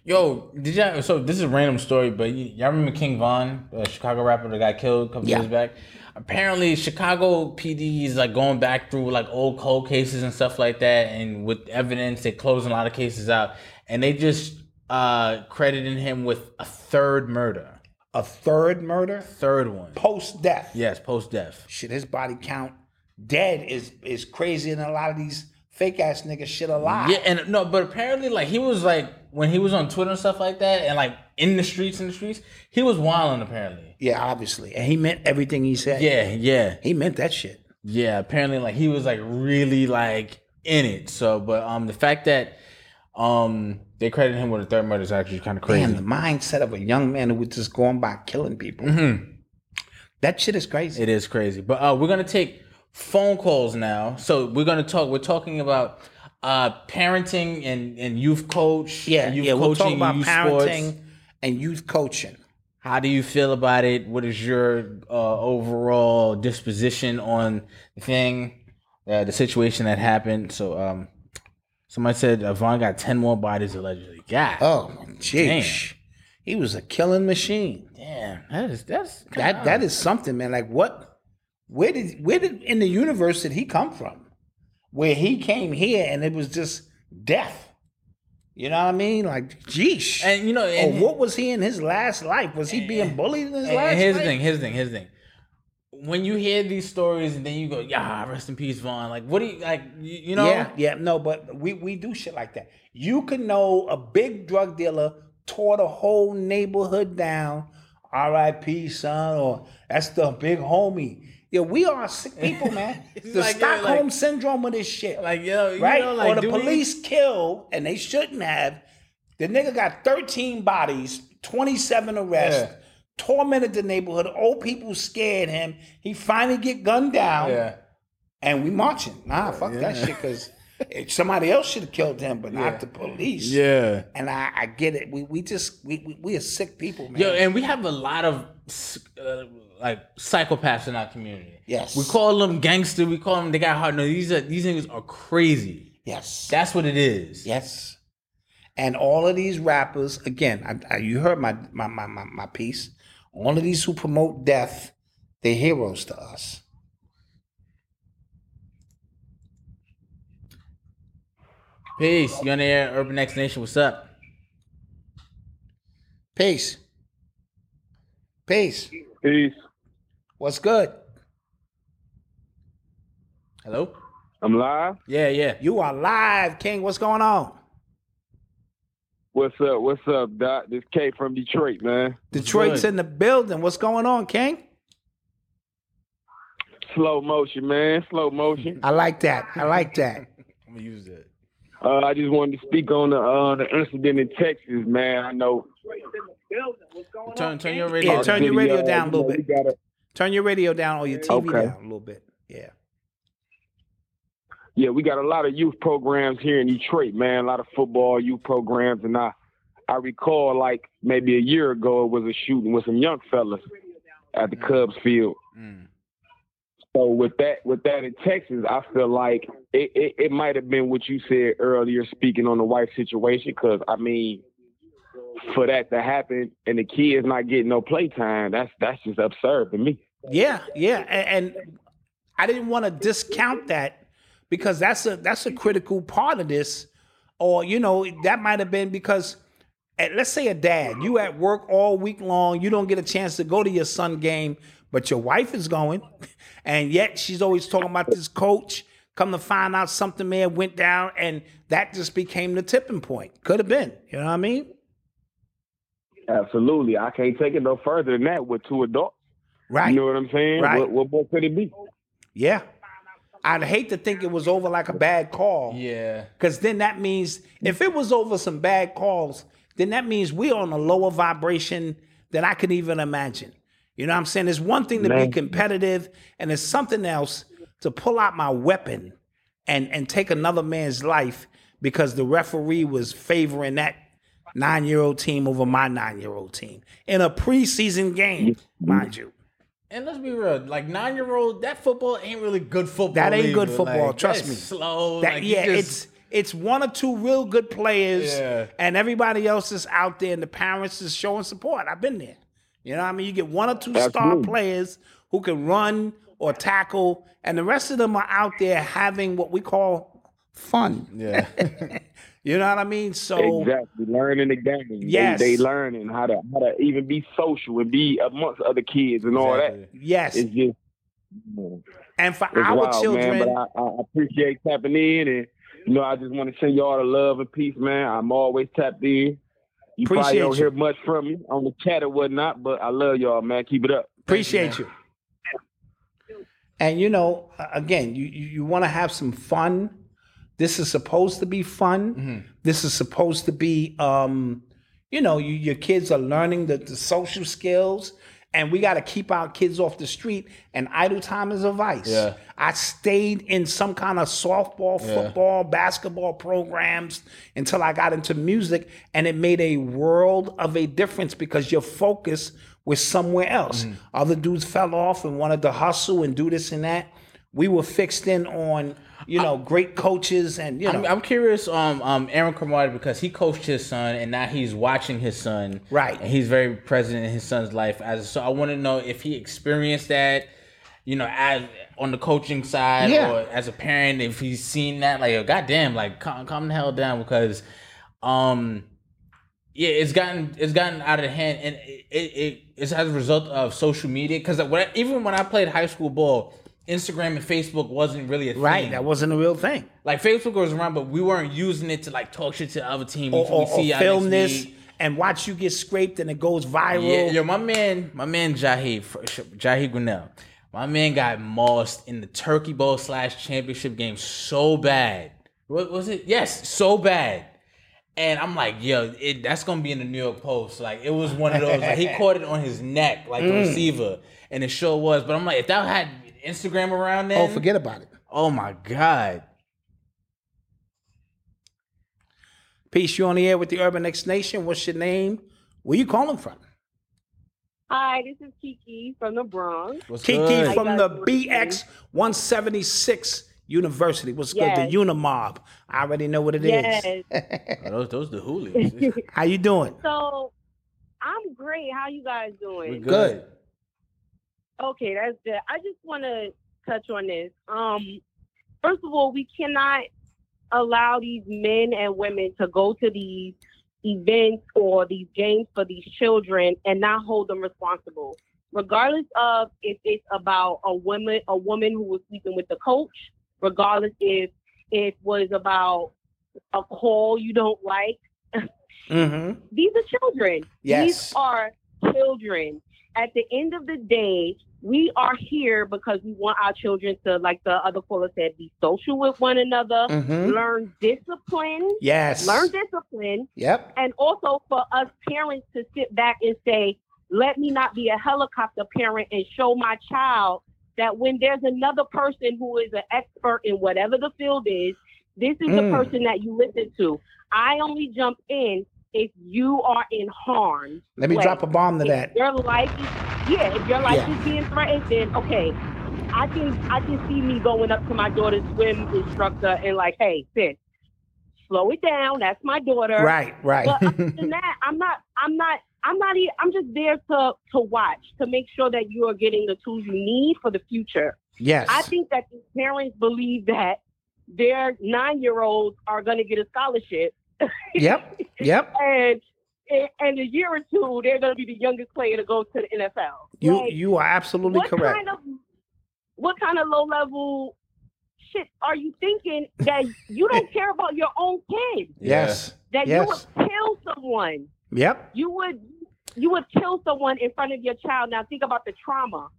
S2: Yo, did y'all? So this is a random story, but y- y'all remember King Von, the Chicago rapper that got killed a couple
S3: Yeah.
S2: years back? Apparently, Chicago PD is like going back through like old cold cases and stuff like that, and with evidence, they're closing a lot of cases out, and they just uh credited him with a third murder,
S3: A third murder,
S2: third one.
S3: post death.
S2: Yes, post death.
S3: Shit, his body count dead is is crazier than a lot of these fake ass niggas shit alive.
S2: Yeah, and no, but apparently, like he was like when he was on Twitter and stuff like that, and like in the streets, in the streets, he was wilding apparently.
S3: Yeah, obviously. And he meant everything he said.
S2: Yeah, yeah,
S3: He meant that shit.
S2: yeah. Apparently, like he was like really like in it. So, but um, the fact that um they credited him with a third murder is actually kind of crazy.
S3: Damn, the mindset of a young man who was just going by killing people. That shit is crazy.
S2: Mm-hmm. It is crazy. But uh, we're gonna take phone calls now. So we're gonna talk. We're talking about uh parenting and and youth coach.
S3: yeah,
S2: youth
S3: yeah. We'll talk
S2: coaching,
S3: about
S2: youth sports.
S3: parenting and youth coaching.
S2: How do you feel about it? What is your uh, overall disposition on the thing, uh, the situation that happened? So, um, somebody said Avon got ten more bodies allegedly. God,
S3: Oh, jeez. He was a killing
S2: Hmm.
S3: machine.
S2: damn, that is that's
S3: That that is something, man. Like what? Where did where did in the universe did he come from? Where he came here and it was just death. You know what I mean? Like, jeesh.
S2: And, you know, and-
S3: or what was he in his last life? Was he being bullied in his
S2: And-
S3: last
S2: and here's
S3: life?
S2: the thing. Here's the thing. Here's the thing. When you hear these stories and then you go, "Yeah, rest in peace, Vaughn." Like, what do you like? You, you know?
S3: Yeah, yeah, no, but we we do shit like that. You can know a big drug dealer tore the whole neighborhood down. R.I.P. son, or that's the big homie. Yeah, we are sick people, man. the
S2: like, yeah, like-
S3: Stockholm syndrome of this shit,
S2: Like, yo, you
S3: right?
S2: know, like,
S3: or the
S2: do we-
S3: police kill, and they shouldn't have. The nigga got thirteen bodies, twenty-seven arrests.
S2: Yeah.
S3: Tormented the neighborhood. Old people scared him. He finally get gunned down
S2: Yeah.
S3: and we marching. Nah, fuck that shit because somebody else should have killed him, but not the police.
S2: Yeah.
S3: And I, I get it. We we just we, we we are sick people, man.
S2: Yo, and we have a lot of uh, like psychopaths in our community.
S3: Yes.
S2: we call them gangster. We call them they got hard. No, these are these niggas are crazy.
S3: Yes.
S2: That's what it is.
S3: Yes. And all of these rappers, again, I, I, you heard my, my my my my piece. All of these who promote death, they're heroes to us.
S2: Peace. You on the air, Urban X Nation? What's up?
S3: Peace. Peace.
S9: Peace.
S3: What's good?
S2: Hello.
S9: I'm live.
S2: Yeah, yeah.
S3: You are live, King. What's going on?
S9: What's up? What's up, Doc? This K from Detroit, man.
S3: Detroit's in the building. What's going on, King?
S9: Slow motion, man. Slow motion.
S3: I like that. I like that.
S2: I'm gonna use it.
S9: Uh, I just wanted to speak on the uh, the incident in Texas, man. I know.
S2: Turn turn your radio.
S3: Yeah, turn your radio
S9: Video,
S3: down a little
S9: you know,
S3: bit.
S9: we gotta-
S3: Turn your radio down or your TV
S9: Okay.
S3: down a little bit. Yeah.
S9: Yeah, we got a lot of youth programs here in Detroit, man. A lot of football youth programs, and I I recall like maybe a year ago it was a shooting with some young fellas at the
S3: Mm.
S9: Cubs field. So with that with that in Texas, I feel like it, it, it might have been what you said earlier, speaking on the wife situation. Because I mean, for that to happen and the kids not getting no playtime, that's that's just absurd to me.
S3: Yeah, yeah, a- and, and I didn't want to discount that because that's a that's a critical part of this. Or you know that might have been because eh, let's say a dad you at work all week long you don't get a chance to go to your son game, but your wife is going, and yet she's always talking about this coach. Come to find out something man went down, and that just became the tipping point. Could have been, you know what I mean?
S9: Absolutely, I can't take it no further than that with two adults.
S3: Right.
S9: You know what I'm saying?
S3: Right.
S9: What, what more could it be?
S3: Yeah. I'd hate to think it was over like a bad call.
S2: Yeah.
S3: Because then that means if it was over some bad calls, then that means we're on a lower vibration than I could even imagine. You know what I'm saying? It's one thing to be
S9: Man.
S3: competitive, and it's something else to pull out my weapon and, and take another man's life because the referee was favoring that nine year old team over my nine year old team in a preseason game, mind you.
S2: And let's be real, like nine year old, that football ain't really good football.
S3: That ain't good
S2: either.
S3: football,
S2: Like,
S3: trust
S2: that's
S3: me.
S2: Slow.
S3: That
S2: like, you
S3: yeah,
S2: just-
S3: it's it's one or two real good players,
S2: Yeah.
S3: and everybody else is out there, and the parents is showing support. I've been there. You know, what I mean, you get one or two star
S9: Absolutely.
S3: players who can run or tackle, and the rest of them are out there having what we call fun.
S2: yeah.
S3: You know what I mean? So
S9: Exactly, learning the game. They-
S3: Yes.
S9: they, learning how to how to even be social and be amongst other kids and all that.
S2: Exactly.
S3: yes,
S9: It's just
S3: and for
S9: it's
S3: our
S9: wild,
S3: children,
S9: man. But I, I appreciate tapping in, and you know, I just want to send y'all the love and peace, man. I'm always tapped in. You probably
S3: Appreciate
S9: don't
S3: you.
S9: hear much from me on the chat or whatnot, but I love y'all, man. Keep it up.
S3: Appreciate you. And you know, a- again, you you, you want to have some fun. This is supposed to be fun. This is supposed to be, um, you know, you, your kids are learning the, the social skills, and we got to keep our kids off the street. And idle time is a vice.
S2: Yeah.
S3: I stayed in some kind of softball, football, basketball programs until I got into music, and it made a world of a difference because your focus was somewhere else.
S2: Mm.
S3: Other dudes fell off and wanted to hustle and do this and that. We were fixed in on, you know, great coaches and you know,
S2: I'm, I'm curious, um, um, Aaron Cromartie because he coached his son, and now he's watching his son.
S3: Right.
S2: and he's very present in his son's life. As so, I want to know if he experienced that, you know, as on the coaching side
S3: Yeah.
S2: or as a parent, if he's seen that. Like, goddamn, like calm, calm the hell down because, um, yeah, it's gotten it's gotten out of hand, and it it, it it's as a result of social media. Because when I- even when I played high school ball, Instagram and Facebook wasn't really a thing.
S3: right? That wasn't a real thing.
S2: Like Facebook was around, but we weren't using it to like talk shit to the other team.
S3: Or,
S2: We- we
S3: or, or
S2: see y'all
S3: film
S2: next
S3: this
S2: week.
S3: and watch you get scraped and it goes
S2: Yeah,
S3: viral.
S2: yo, my man, my man Jahi, Jahi Grinnell, my man got mossed in the Turkey Bowl slash championship game so bad. What was it? Yes, so bad. And I'm like, yo, it, that's gonna be in the New York Post. Like, it was one of those. Like, he caught it on his neck, like the
S3: Mm.
S2: receiver, and it sure was. But I'm like, if that had Instagram around then,
S3: oh, forget about it.
S2: Oh my god.
S3: Peace, you on the air with the Urban X Nation. What's your name? Where you calling from?
S10: Hi, this is Kiki from the Bronx.
S2: What's
S3: Kiki
S2: good?
S3: from
S10: How you
S3: the
S10: guys doing?
S3: BX 176 University. What's good?
S10: Yes.
S3: The Unimob. I already know what it is.
S10: Yes.
S2: those those the
S3: How you doing?
S10: So I'm great. How you guys doing?
S3: good.
S10: Okay, that's good. I just want to touch on this. Um, first of all, we cannot allow these men and women to go to these events or these games for these children and not hold them responsible, regardless of if it's about a woman, a woman who was sleeping with the coach, regardless if it was about a call you don't like.
S3: Mm-hmm.
S10: These are children.
S3: Yes.
S10: These are children. At the end of the day, we are here because we want our children to, like the other caller said, be social with one another,
S3: Mhm.
S10: learn discipline.
S3: Yes.
S10: Learn discipline.
S3: Yep.
S10: And also for us parents to sit back and say, let me not be a helicopter parent and show my child that when there's another person who is an expert in whatever the field is, this is the
S11: Mm.
S10: person that you listen to. I only jump in if you are in harm.
S3: Let me drop a bomb to that.
S10: Your life is yeah, if your life
S3: Yeah.
S10: is being threatened, then okay. I can I can see me going up to my daughter's swim instructor and like, hey, sis, slow it down. That's my daughter.
S3: Right, right.
S10: But other than that, I'm not I'm not I'm not e- I'm just there to to watch to make sure that you are getting the tools you need for the future.
S3: Yes.
S10: I think that these parents believe that their nine year olds are gonna get a scholarship
S3: Yep. Yep.
S10: and and a year or two, they're going to be the youngest player to go to the NFL.
S3: You
S10: Like,
S3: you are absolutely
S10: what
S3: correct.
S10: Kind of, what kind of low level shit are you thinking that you don't care about your own kid?
S3: Yes.
S10: That
S3: Yes.
S10: you would kill someone.
S3: Yep.
S10: You would you would kill someone in front of your child. Now think about the trauma.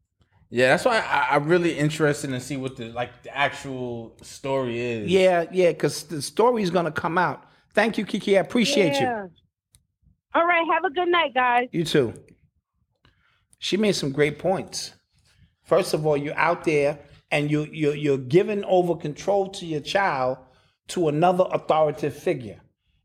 S2: Yeah, that's why I, I'm really interested to see what the like the actual story is.
S3: Yeah, yeah, because the story's gonna come out. Thank you, Kiki. I appreciate you.
S10: All right, have a good night, guys.
S3: You too. She made some great points. First of all, you're out there and you you you're giving over control to your child to another authoritative figure.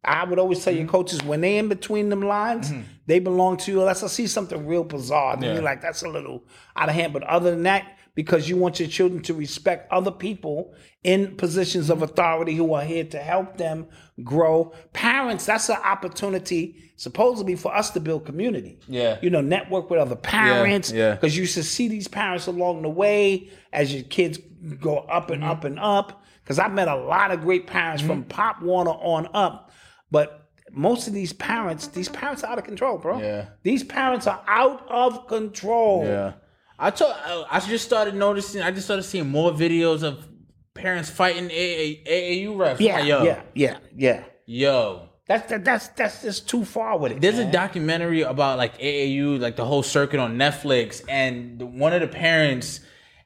S3: I would always tell your coaches when they in between them lines, they belong to you. Unless I see something real bizarre, then
S2: Yeah.
S3: you're like, that's a little out of hand. But other than that, because you want your children to respect other people in positions of authority who are here to help them grow. Parents, that's an opportunity supposedly for us to build community.
S2: Yeah.
S3: You know, network with other parents.
S2: yeah.
S3: Because you should see these parents along the way as your kids go up and up and up. Because I've met a lot of great parents
S2: Mm-hmm.
S3: from Pop Warner on up. But most of these parents, these parents are out of control, bro.
S2: Yeah.
S3: These parents are out of control.
S2: Yeah. I told I I just started noticing. I just started seeing more videos of parents fighting AA, AAU refs. I'm
S3: Yeah,
S2: like, yo,
S3: yeah, yeah, yeah.
S2: yo.
S3: That's that, that's that's just too far with it.
S2: There's
S3: man.
S2: a documentary about like AAU, like the whole circuit on Netflix, and the, one of the parents,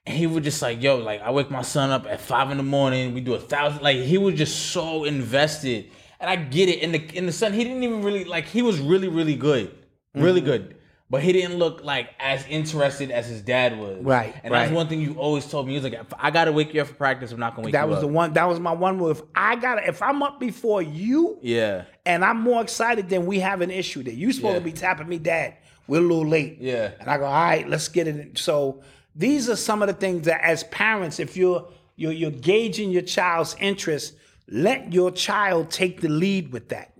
S2: he was just like, "Yo, like I wake my son up at five in the morning. We do a thousand. Like he was just so invested, and I get it. And the and the son, he didn't even really like. He was really, really good, really
S3: Mm-hmm.
S2: good, but he didn't look like as interested as his dad was.
S3: Right,
S2: and that's
S3: right.
S2: one thing you always told me. He was like, "If I gotta wake you up for practice. I'm not gonna wake
S3: that
S2: you
S3: was
S2: up."
S3: the one. That was my one rule. If I got, to if I'm up before you,
S2: Yeah,
S3: and I'm more excited than we have an issue that you supposed to be tapping me, Dad. We're a little late.
S2: yeah.
S3: And I go, all right, let's get it. in." So these are some of the things that, as parents, if you're you're, you're gauging your child's interest, let your child take the lead with that,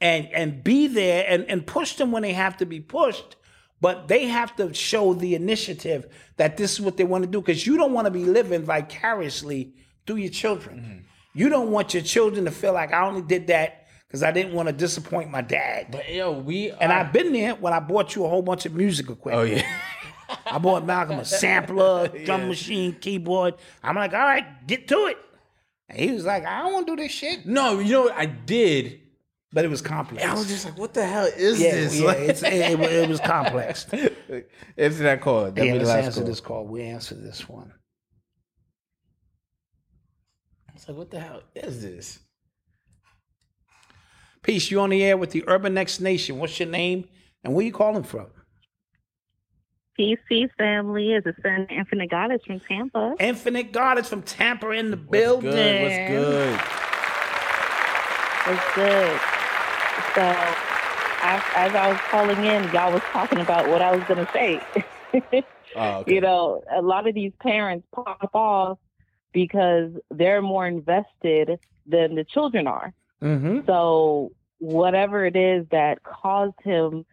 S3: and and be there and and push them when they have to be pushed. But they have to show the initiative that this is what they want to do because you don't want to be living vicariously through your children. You don't want your children to feel like I only did that because I didn't want to disappoint my dad.
S2: But yo, we
S3: and I've been there when I bought you a whole bunch of music equipment.
S2: Oh yeah.
S3: I bought Malcolm a sampler, drum machine, keyboard. I'm like, all right, get to it. And he was like, I don't want to do this shit.
S2: No, you know what I did,
S3: but it was complex.
S2: I was just like, "What the hell is
S3: yeah,
S2: this?"
S3: Yeah,
S2: Like-
S3: it's, it, it, wa- it was complex.
S2: Answer that call. That'd
S3: yeah,
S2: be the
S3: let's
S2: last
S3: answer
S2: call.
S3: this call. We answer this one.
S2: It's like, what the hell is this?
S3: Peace, you on the air with the Urban Next Nation. What's your name and where you calling from?
S12: PC family is a certain infinite goddess from Tampa.
S3: Infinite Goddess from Tampa in the building.
S12: What's good? It's good. So, I, as I was calling in, y'all was talking about what I was going to say.
S2: Oh,
S12: You know, a lot of these parents pop off because they're more invested than the children are.
S13: Hmm?
S3: Mm-hmm.
S12: So whatever it is that caused him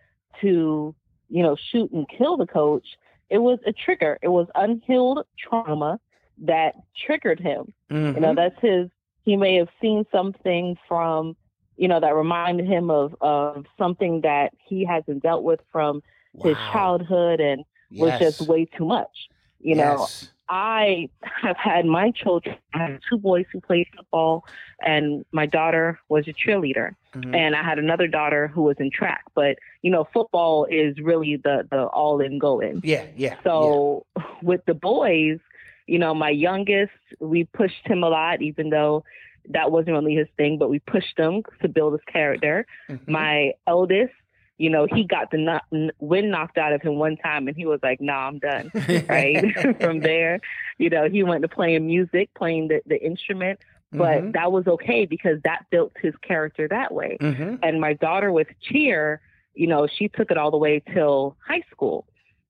S12: to, you know, shoot and kill the coach, it was a trigger. It was unhealed trauma that triggered him. You know,
S11: Mhm.
S12: that's his. He may have seen something from, you know, that reminded him of of something that he hasn't dealt with from his childhood and
S11: Yes.
S12: was just way too much. You know,
S11: Yes.
S12: I have had my children. I had two boys who played football, and my daughter was a cheerleader,
S11: Mhm.
S12: and I had another daughter who was in track. But you know, football is really the the all in go in.
S3: Yeah, yeah.
S12: So with the boys, you know, my youngest, we pushed him a lot, even though that wasn't really his thing, but we pushed him to build his character.
S10: Mm-hmm.
S11: Mhm.
S12: My eldest, you know, he got the kno- n- wind knocked out of him one time and he was like, nah, I'm done. Right. From there, you know, he went to playing music, playing the, the instrument, but
S11: Mhm.
S12: that was okay because that built his character that way.
S11: Mhm.
S12: And my daughter with cheer, you know, she took it all the way till high school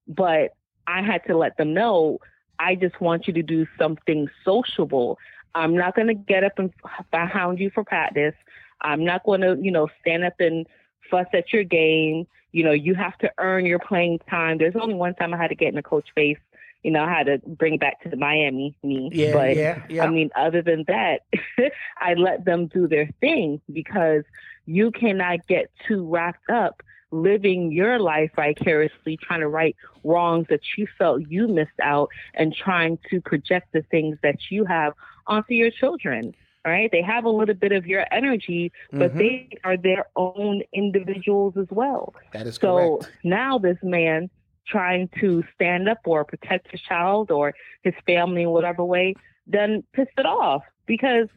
S12: but I had to let them know I just want you to do something sociable. I'm not going to get up and f- hound you for practice. I'm not going to, you know, stand up and fuss at your game. You know, you have to earn your playing time. There's only one time I had to get in a coach face. You know, I had to bring back to the Miami me.
S11: Yeah,
S12: but
S11: yeah, yeah.
S12: I mean, other than that, I let them do their thing because you cannot get too wrapped up living your life vicariously, trying to right wrongs that you felt you missed out and trying to project the things that you have onto your children. Right? They have a little bit of your energy, but
S3: Mm-hmm.
S11: Mhm.
S12: they are their own individuals as well.
S3: That is
S12: so now this man trying to stand up or protect his child or his family in whatever way, then pissed it off because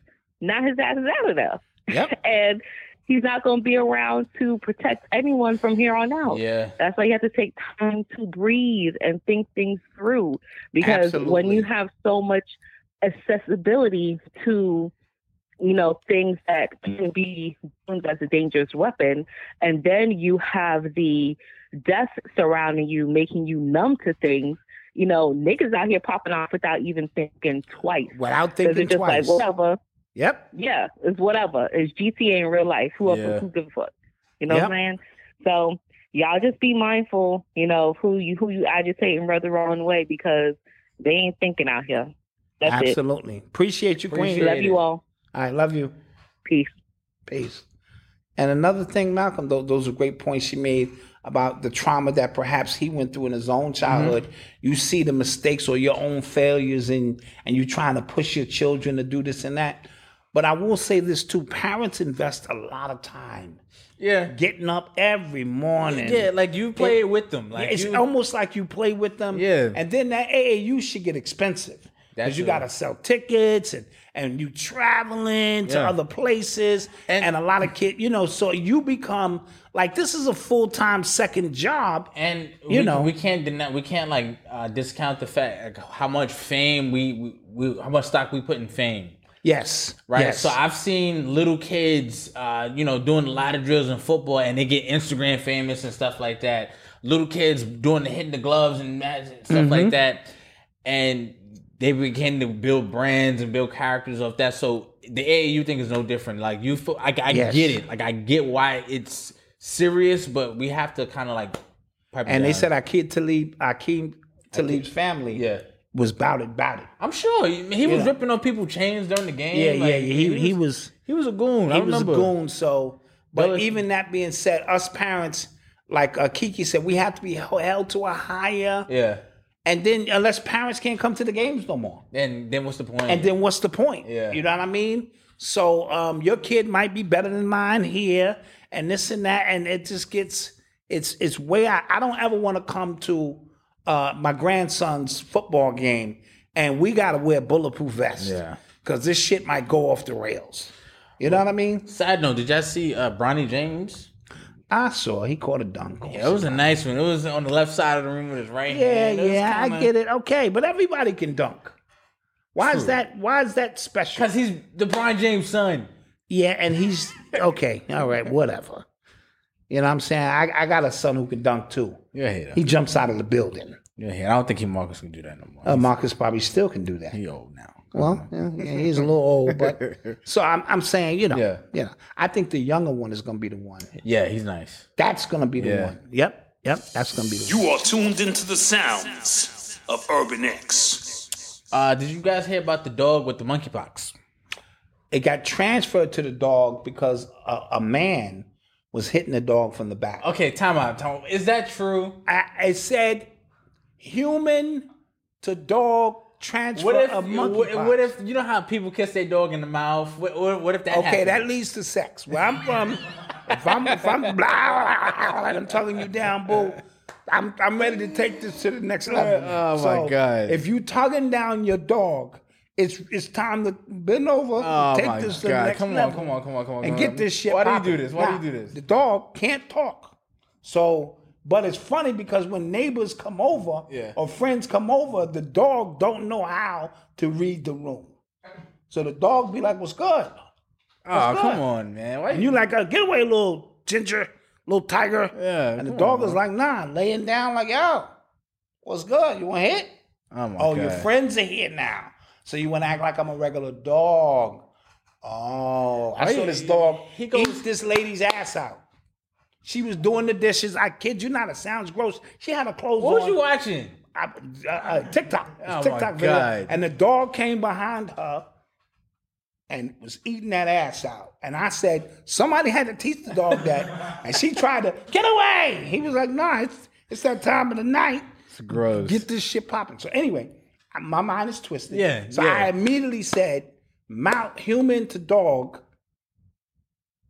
S12: now his ass is out of there. and he's not going to be around to protect anyone from here on out.
S2: Yeah.
S12: That's why you have to take time to breathe and think things through because when you have so much accessibility to you know things that can be deemed as a dangerous weapon and then you have the death surrounding you making you numb to things you know niggas out here popping off without even thinking twice
S3: without
S12: 'Cause
S3: thinking
S12: it's just
S3: twice.
S12: like whatever
S3: Yep.
S12: yeah it's whatever it's gta in real life who else
S3: Yeah.
S12: who gives a fuck you know
S3: Yep.
S12: what i'm saying so y'all just be mindful you know of who you who you agitate and rub the wrong way because they ain't thinking out here that's it
S3: Absolutely. Appreciate you, Queen.
S12: Appreciate Love you it. all.
S3: I love you.
S12: Peace.
S3: Peace. And another thing, Malcolm, those, those are great points she made about the trauma that perhaps he went through in his own childhood. You see the mistakes or your own failures, and and you trying to push your children to do this and that. But I will say this too: parents invest a lot of time.
S2: Yeah,
S3: getting up every morning.
S2: Yeah, like you play it with them,
S3: Yeah,
S2: like
S3: it's
S2: you-
S3: almost like you play with them. Yeah, and then that AAU should get expensive
S2: That's
S3: because you
S2: it.
S3: got to sell tickets and and you traveling to
S2: Yeah.
S3: other places and, a lot of kids, you know. So you become like this is a full time second job,
S2: and
S3: you
S2: we,
S3: know
S2: we can't deny we can't like uh, discount the fact like, how much fame we, we we how much stock we put in fame
S3: yes,
S2: right
S3: Yes.
S2: so i've seen little kids uh, you know doing a lot of drills in football and they get instagram famous and stuff like that little kids doing the hitting the gloves and that- stuff like
S3: Mhm.
S2: that and they begin to build brands and build characters of that so the aau thing is no different like you fo- i, I
S3: Yes.
S2: get it like i get why it's serious but we have to kind of like pipe it
S3: and they
S2: down.
S3: said Akeem Talib, Akeem Talib's family,
S2: yeah,
S3: was bout it, bout it.
S2: I'm sure he, he
S3: You
S2: was
S3: know.
S2: ripping on people chains during the game.
S3: Yeah, yeah,
S2: like,
S3: yeah. He, he was
S2: he was a goon.
S3: He
S2: I
S3: was a
S2: remember.
S3: goon. So, but
S2: Billy-
S3: even that being said, us parents, like uh, Kiki said, we have to be hel- held to a higher.
S2: yeah.
S3: And then, unless parents can't come to the games no more,
S2: Then then what's the point?
S3: and then what's the point?
S2: Yeah.
S3: you know what I mean. So, um, your kid might be better than mine here, and this and that, and it just gets it's it's way. I, I don't ever want to come to uh, my grandson's football game, and we got to wear bulletproof vests.
S2: Yeah.
S3: because this shit might go off the rails. You know what I mean?
S2: Side note: Did y'all see uh, Bronny James?
S3: I saw he caught a dunk. Yeah,
S2: it was a nice one. It was on the left side of the room with his right
S3: Yeah,
S2: hand.
S3: yeah, I get it. Okay, but everybody can dunk. Why is
S2: True.
S3: that? Why is that special? Because
S2: he's LeBron James' son.
S3: Yeah, and he's okay. All right, whatever. You know what I'm saying? I, I got a son who can dunk too.
S2: Yeah, he does.
S3: He jumps out of the building.
S2: Yeah, I don't think he Marcus can do that no more.
S3: Uh, Marcus probably still can do that.
S2: He old now.
S3: Well, yeah, yeah, he's a little old, but so I'm, I'm saying, you know, yeah. I think the younger one is going to be the one.
S2: Yeah, he's nice.
S3: That's going to be the
S2: Yeah.
S3: one. Yep, yep, that's going to be the
S5: You are tuned into the sounds of Urban X.
S2: Uh, did you guys hear about the dog with the monkeypox?
S3: It got transferred to the dog because a, a man was hitting the dog from the back.
S2: Okay, time out. Time out. Is that true?
S3: I, I said human to dog transfer
S2: What if,
S3: of monkeypox.
S2: what, what if you know how people kiss their dog in the mouth? What, what, what if that?
S3: okay, that
S2: happened?
S3: leads to sex. Where I'm from, if I'm if I'm blah, blah, blah, and I'm talking you down, boo. I'm I'm ready to take this to the next level.
S2: Oh, my God.
S3: If you tugging down your dog, it's it's time to bend over,
S2: Oh
S3: take
S2: my
S3: this to the
S2: God!
S3: next
S2: Come on!
S3: level,
S2: Come on! Come on! Come on!
S3: and
S2: come
S3: get
S2: on.
S3: this shit.
S2: Why do
S3: popping.
S2: you do this? Why
S3: Now,
S2: do you do this?
S3: The dog can't talk. So, but it's funny because when neighbors come over
S2: Yeah.
S3: or friends come over, the dog don't know how to read the room. So the dog be like, "What's good?"
S2: Oh,
S3: What's
S2: come
S3: good?
S2: on, man! Why
S3: And you like, uh, get away, little ginger, little tiger. Yeah. And the dog is like, nah, laying down, like, yo, what's good? You want to hit?
S2: Oh my
S3: oh,
S2: God!
S3: your friends are here now. So you want to act like I'm a regular dog. Oh, I
S2: Why
S3: saw
S2: you-
S3: this dog he eat this lady's ass out. She was doing the dishes. I kid you not, it sounds gross. She had her clothes
S2: What was
S3: on.
S2: you watching?
S3: I, uh, uh, TikTok. It was
S2: Oh, my
S3: TikTok video.
S2: God.
S3: And the dog came behind her and was eating that ass out. And I said, somebody had to teach the dog that. and she tried to get away. He was like, nah, it's it's that time of the night.
S2: It's gross.
S3: Get this shit popping. So anyway, I- my mind is twisted.
S2: Yeah,
S3: So
S2: yeah.
S3: I immediately said, mount human to dog.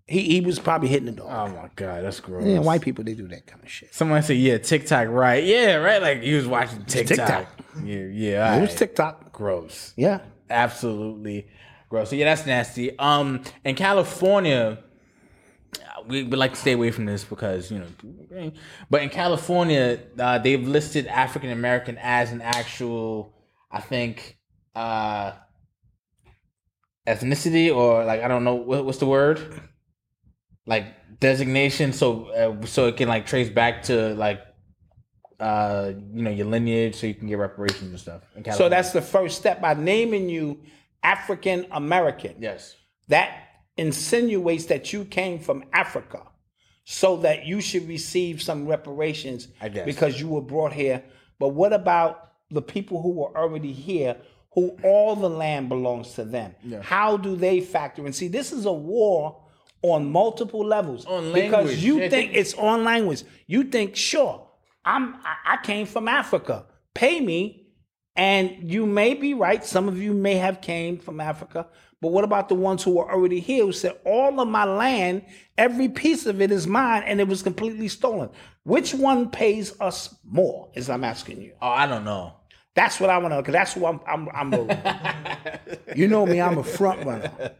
S3: He he was probably hitting the dog.
S2: Oh my God! That's gross.
S3: Yeah, white people they do that kind of shit.
S2: Someone said, "Yeah, TikTok, right? Yeah, right. Like he was watching TikTok.
S3: TikTok.
S2: Yeah, yeah.
S3: It was
S2: alright.
S3: TikTok.
S2: Gross.
S3: Yeah.
S2: Absolutely gross. So yeah, that's nasty. Um, in California, we would like to stay away from this because you know, but in California, uh, they've listed African American as an actual, I think, uh, ethnicity or like I don't know what, what's the word, like designation. So uh, so it can like trace back to like. Uh, you know your lineage, so you can get reparations and stuff. in
S3: So
S2: California.
S3: that's the first step by naming you African American.
S2: Yes.
S3: That insinuates that you came from Africa so that you should receive some reparations
S2: I guess.
S3: because you were brought here. But what about the people who were already here who all the land belongs to them?
S2: Yeah.
S3: How do they factor in? See, this is a war on multiple levels.
S2: On language.
S3: Because you
S2: Yeah,
S3: think it's on language. You think, sure, I'm I I came from Africa. Pay me and you may be right. Some of you may have came from Africa, but what about the ones who were already here who said, all of my land, every piece of it is mine, and it was completely stolen? Which one pays us more? Is I'm asking you.
S2: Oh, I don't know.
S3: That's what I want to know, because that's who I'm I'm I'm rolling. you know me, I'm a front runner.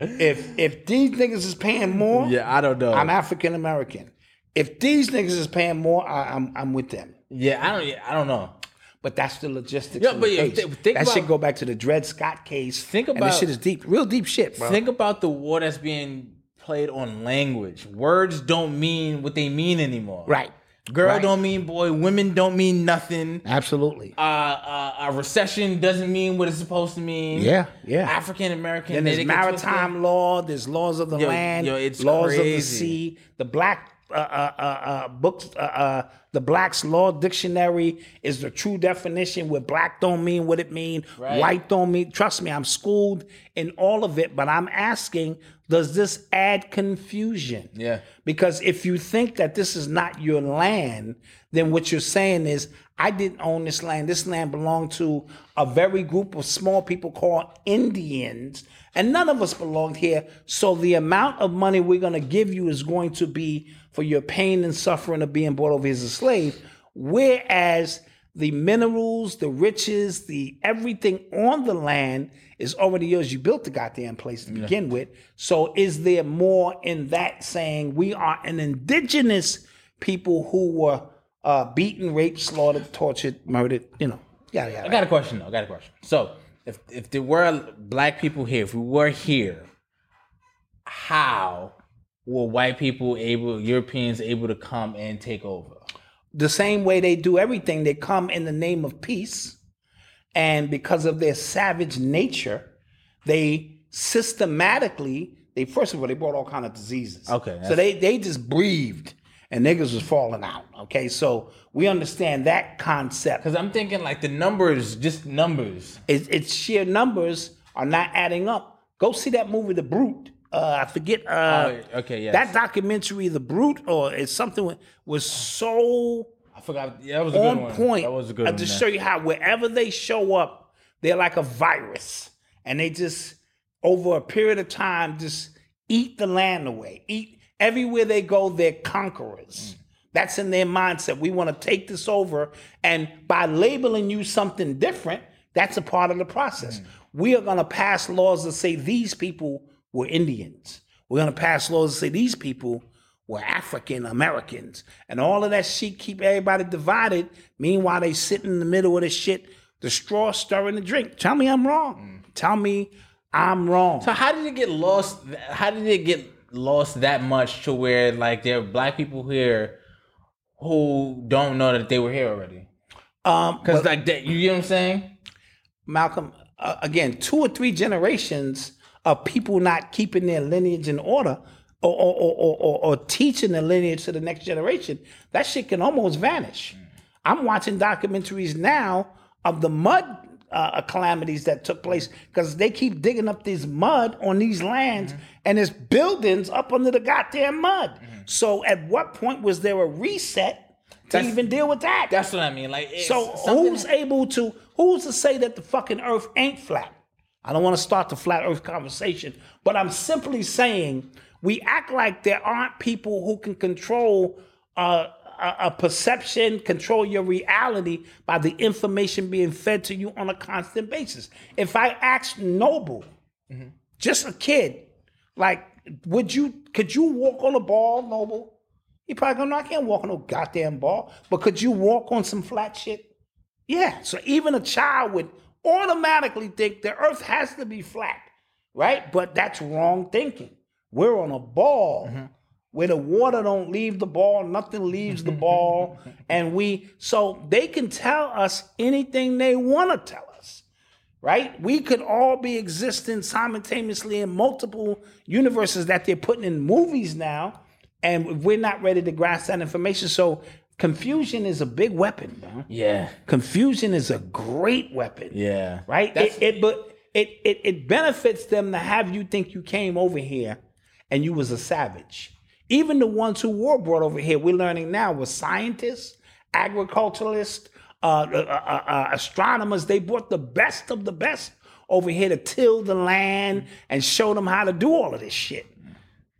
S3: If if these niggas is paying more,
S2: Yeah, I don't know.
S3: I'm African American. If these niggas is paying more, I, I'm I'm with them.
S2: yeah, I don't. Yeah, I don't know.
S3: But that's the logistics.
S2: Yeah,
S3: of
S2: but
S3: the
S2: yeah,
S3: case.
S2: th- think
S3: that
S2: about-
S3: should go back to the Dred Scott case.
S2: Think
S3: and
S2: about-
S3: this shit is deep, real deep shit, bro.
S2: Think about the war that's being played on language. Words don't mean what they mean anymore.
S3: right,
S2: Girl
S3: Right.
S2: don't mean boy. Women don't mean nothing.
S3: absolutely.
S2: Uh, uh, a recession doesn't mean what it's supposed to mean.
S3: Yeah, yeah.
S2: African American.
S3: Then
S2: they-
S3: there's
S2: they get twisted.
S3: maritime law. There's laws of the
S2: Yo,
S3: land.
S2: yo, it's
S3: laws of the
S2: crazy.
S3: sea. The black uh, uh, uh, uh, books. Uh, uh, the Black's Law Dictionary is the true definition. Where black don't mean what it mean.
S2: Right.
S3: White don't mean. Trust me, I'm schooled in all of it. But I'm asking, does this add confusion?
S2: Yeah.
S3: Because if you think that this is not your land, then what you're saying is, I didn't own this land. This land belonged to a very group of small people called Indians, and none of us belonged here. So the amount of money we're going to give you is going to be for your pain and suffering of being brought over here as a slave. Whereas the minerals, the riches, the everything on the land is already yours. You built the goddamn place to begin with. So is there more in that saying we are an indigenous people who were uh, beaten, raped, slaughtered, tortured, murdered, you know. Yeah, yeah.
S2: I got a question though. I got a question. So if if there were black people here, if we were here, how were white people able, Europeans able to come and take over?
S3: The same way they do everything, they come in the name of peace. and because of their savage nature, they systematically they first of all they brought all kind of diseases.
S2: Okay,
S3: so they they just breathed and niggas was falling out. Okay, so we understand that concept because
S2: I'm thinking like the numbers, just numbers.
S3: It's, it's sheer numbers are not adding up. Go see that movie, The Brute. Uh, I forget. Uh,
S2: Oh, okay, yes.
S3: That documentary, The Brute, or it's something wa- was so
S2: I forgot. Yeah, that was a
S3: on
S2: good one.
S3: point.
S2: That was a good
S3: uh,
S2: one.
S3: To
S2: yeah.
S3: show you how wherever they show up, they're like a virus, and they just over a period of time just eat the land away. Eat everywhere they go, they're conquerors.
S2: Mm.
S3: That's in their mindset. We want to take this over, and by labeling you something different, that's a part of the
S2: Mm.
S3: process. We are going to pass laws that say these people were Indians. We're going to pass laws that say these people were African Americans. And all of that shit keep everybody divided. Meanwhile, they sit in the middle of this shit, the straw stirring the drink. Tell me I'm wrong. Tell me I'm wrong.
S2: Mm. So how did it get lost? How did it get lost that much to where like there are black people here who don't know that they were here already?
S3: Um,
S2: because like that, you get what I'm saying?
S3: Malcolm, uh, again, two or three generations of people not keeping their lineage in order or, or, or, or, or, or teaching the lineage to the next generation, that shit can almost vanish. I'm watching documentaries now of the mud uh, calamities that took place because they keep digging up this mud on these lands and there's buildings up under the goddamn mud. So, at what point was there a reset to even deal with that?
S2: That's what I mean. Like, it's
S3: so
S2: something-
S3: who's able to who's to say that the fucking earth ain't flat i don't want to start the flat earth conversation but i'm simply saying we act like there aren't people who can control uh, a, a perception control your reality by the information being fed to you on a constant basis if i asked noble
S2: Mm-hmm.
S3: just a kid like would you could you walk on a ball noble you probably go, no, I can't walk on no goddamn ball. But could you walk on some flat shit? Yeah. So even a child would automatically think the earth has to be flat, right? But that's wrong thinking. We're on a ball where the water don't leave the ball, nothing leaves the ball. And we, so they can tell us anything they want to tell us right? We could all be existing simultaneously in multiple universes that they're putting in movies now, and we're not ready to grasp that information. So confusion is a big weapon, man.
S2: Yeah.
S3: Confusion is a great weapon.
S2: Yeah.
S3: Right? It, it but it, it it benefits them to have you think you came over here and you was a savage. Even the ones who were brought over here, we're learning now, were scientists, agriculturalists, uh, uh, uh, uh, astronomers. They brought the best of the best over here to till the land and show them how to do all of this shit.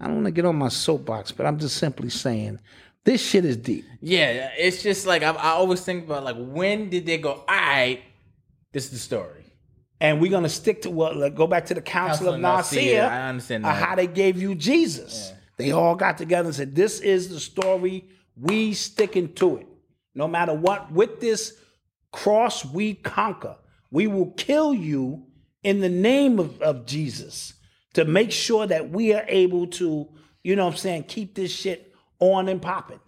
S3: I don't want to get on my soapbox, but I'm just simply saying this shit is deep.
S2: Yeah, it's just like I, I always think about like when did they go? All right, this is the story.
S3: And we're gonna stick to well, let- go back to the Council,
S2: Council
S3: of
S2: of
S3: Nicaea.
S2: Nicaea, I understand
S3: uh,
S2: that.
S3: How they gave you Jesus. They all got together and said, "This is the story. We sticking to it, no matter what. With this cross, we conquer. We will kill you in the name of, of Jesus to make sure that we are able to, you know, what I'm saying, keep this shit on and popping,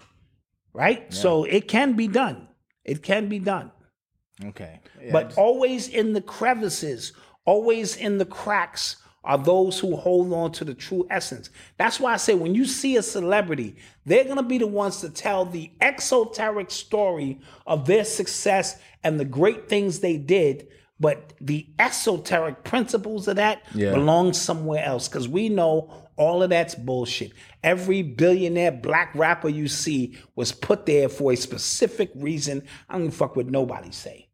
S3: right? So it can be done. It can be done."
S2: Okay,
S3: but always in the crevices, always in the cracks are those who hold on to the true essence. That's why I say when you see a celebrity, they're going to be the ones to tell the exoteric story of their success and the great things they did, but the esoteric principles of that
S2: Yeah.
S3: belong somewhere else cuz we know all of that's bullshit. Every billionaire black rapper you see was put there for a specific reason. I don't give a fuck what nobody say.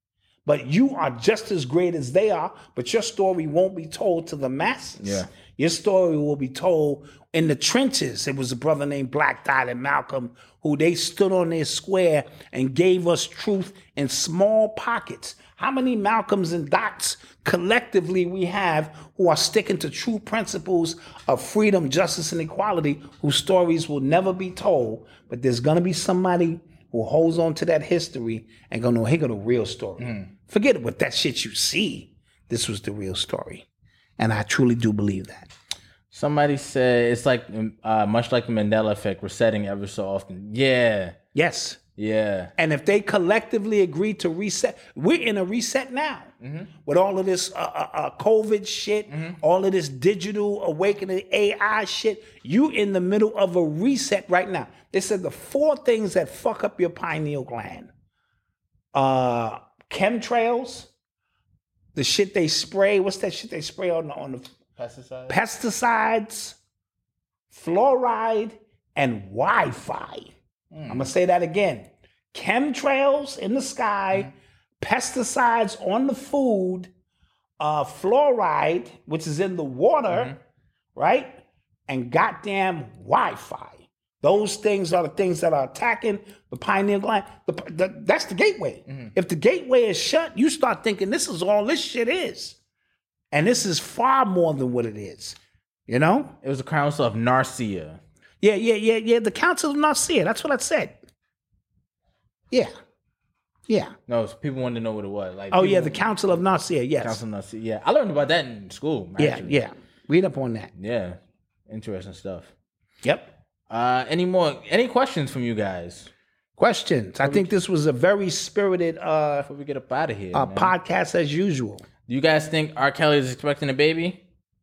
S3: But you are just as great as they are, but your story won't be told to the masses.
S2: Yeah.
S3: Your story will be told in the trenches. It was a brother named Black Dot and Malcolm who they stood on their square and gave us truth in small pockets. How many Malcolms and Dots collectively we have who are sticking to true principles of freedom, justice, and equality, whose stories will never be told, but there's gonna be somebody who holds on to that history and go, no, here go the real story. Forget what that shit you see. This was the real story. And I truly do believe that.
S2: Somebody said it's like um, uh, much like the Mandela effect. We're setting ever so often. Yeah.
S3: Yes.
S2: Yeah.
S3: And if they collectively agree to reset, we're in a reset now with all of this uh, uh, uh, COVID shit, all of this digital awakening AI shit. You in the middle of a reset right now. They said the four things that fuck up your pineal gland: uh, chemtrails, the shit they spray. What's that shit they spray on the, on the
S2: Pesticide.
S3: pesticides, fluoride, and Wi Fi. I'm going to say that again chemtrails in the sky, pesticides on the food, uh, fluoride, which is in the water, right? And goddamn Wi Fi. Those things are the things that are attacking the pineal gland. The, the, that's the gateway.
S2: Mm-hmm.
S3: If the gateway is shut, you start thinking this is all this shit is. And this is far more than what it is. You know?
S2: It was the Council of Narcia.
S3: Yeah, yeah, yeah, yeah. The Council of Nicaea. That's what I said. Yeah. Yeah.
S2: No, it's- people wanted to know what it was. Like,
S3: Oh,
S2: people-
S3: yeah, the Council of Nicaea. Yes.
S2: Council of Narcia. Yeah, I learned about that in school.
S3: yeah,
S2: actually.
S3: yeah. Read up on that.
S2: Yeah. Interesting stuff.
S3: Yep.
S2: Uh, any more? Any questions from you guys?
S3: Questions. I think this was a very spirited uh,
S2: Before we get up out of here.
S3: uh,
S2: man.
S3: podcast as usual.
S2: Do you guys think R. Kelly is expecting a baby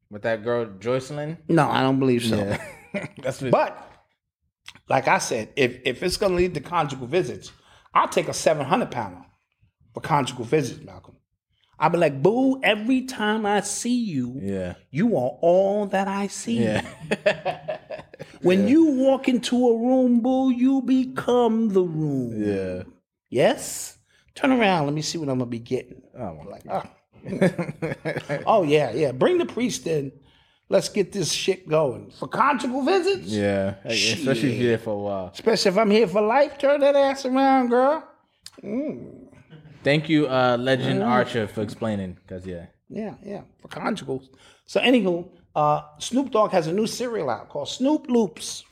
S2: with that girl Joycelyn?
S3: No, I don't believe so.
S2: That's what
S3: But like I said, if if it's gonna lead to conjugal visits, I'll take a seven hundred pounder for conjugal visits, Malcolm. I'll be like, boo, every time I see you,
S2: yeah,
S3: you are all that I see.
S2: Yeah.
S3: when you walk into a room, boo, you become the room.
S2: yeah.
S3: Yes? Turn around, let me see what I'm gonna be getting.
S2: Oh, my
S3: Like, ah. oh yeah, yeah. Bring the priest in. Let's get this shit going. For conjugal visits?
S2: Yeah, Like, especially if you're there for a while.
S3: Especially if I'm here for life, turn that ass around, girl. Mm,
S2: Thank you, uh, Legend
S3: Mm-hmm.
S2: Archer, for explaining. Cause yeah,
S3: Yeah, yeah, for conjugals. So, anywho, uh, Snoop Dogg has a new cereal out called Snoop Loops.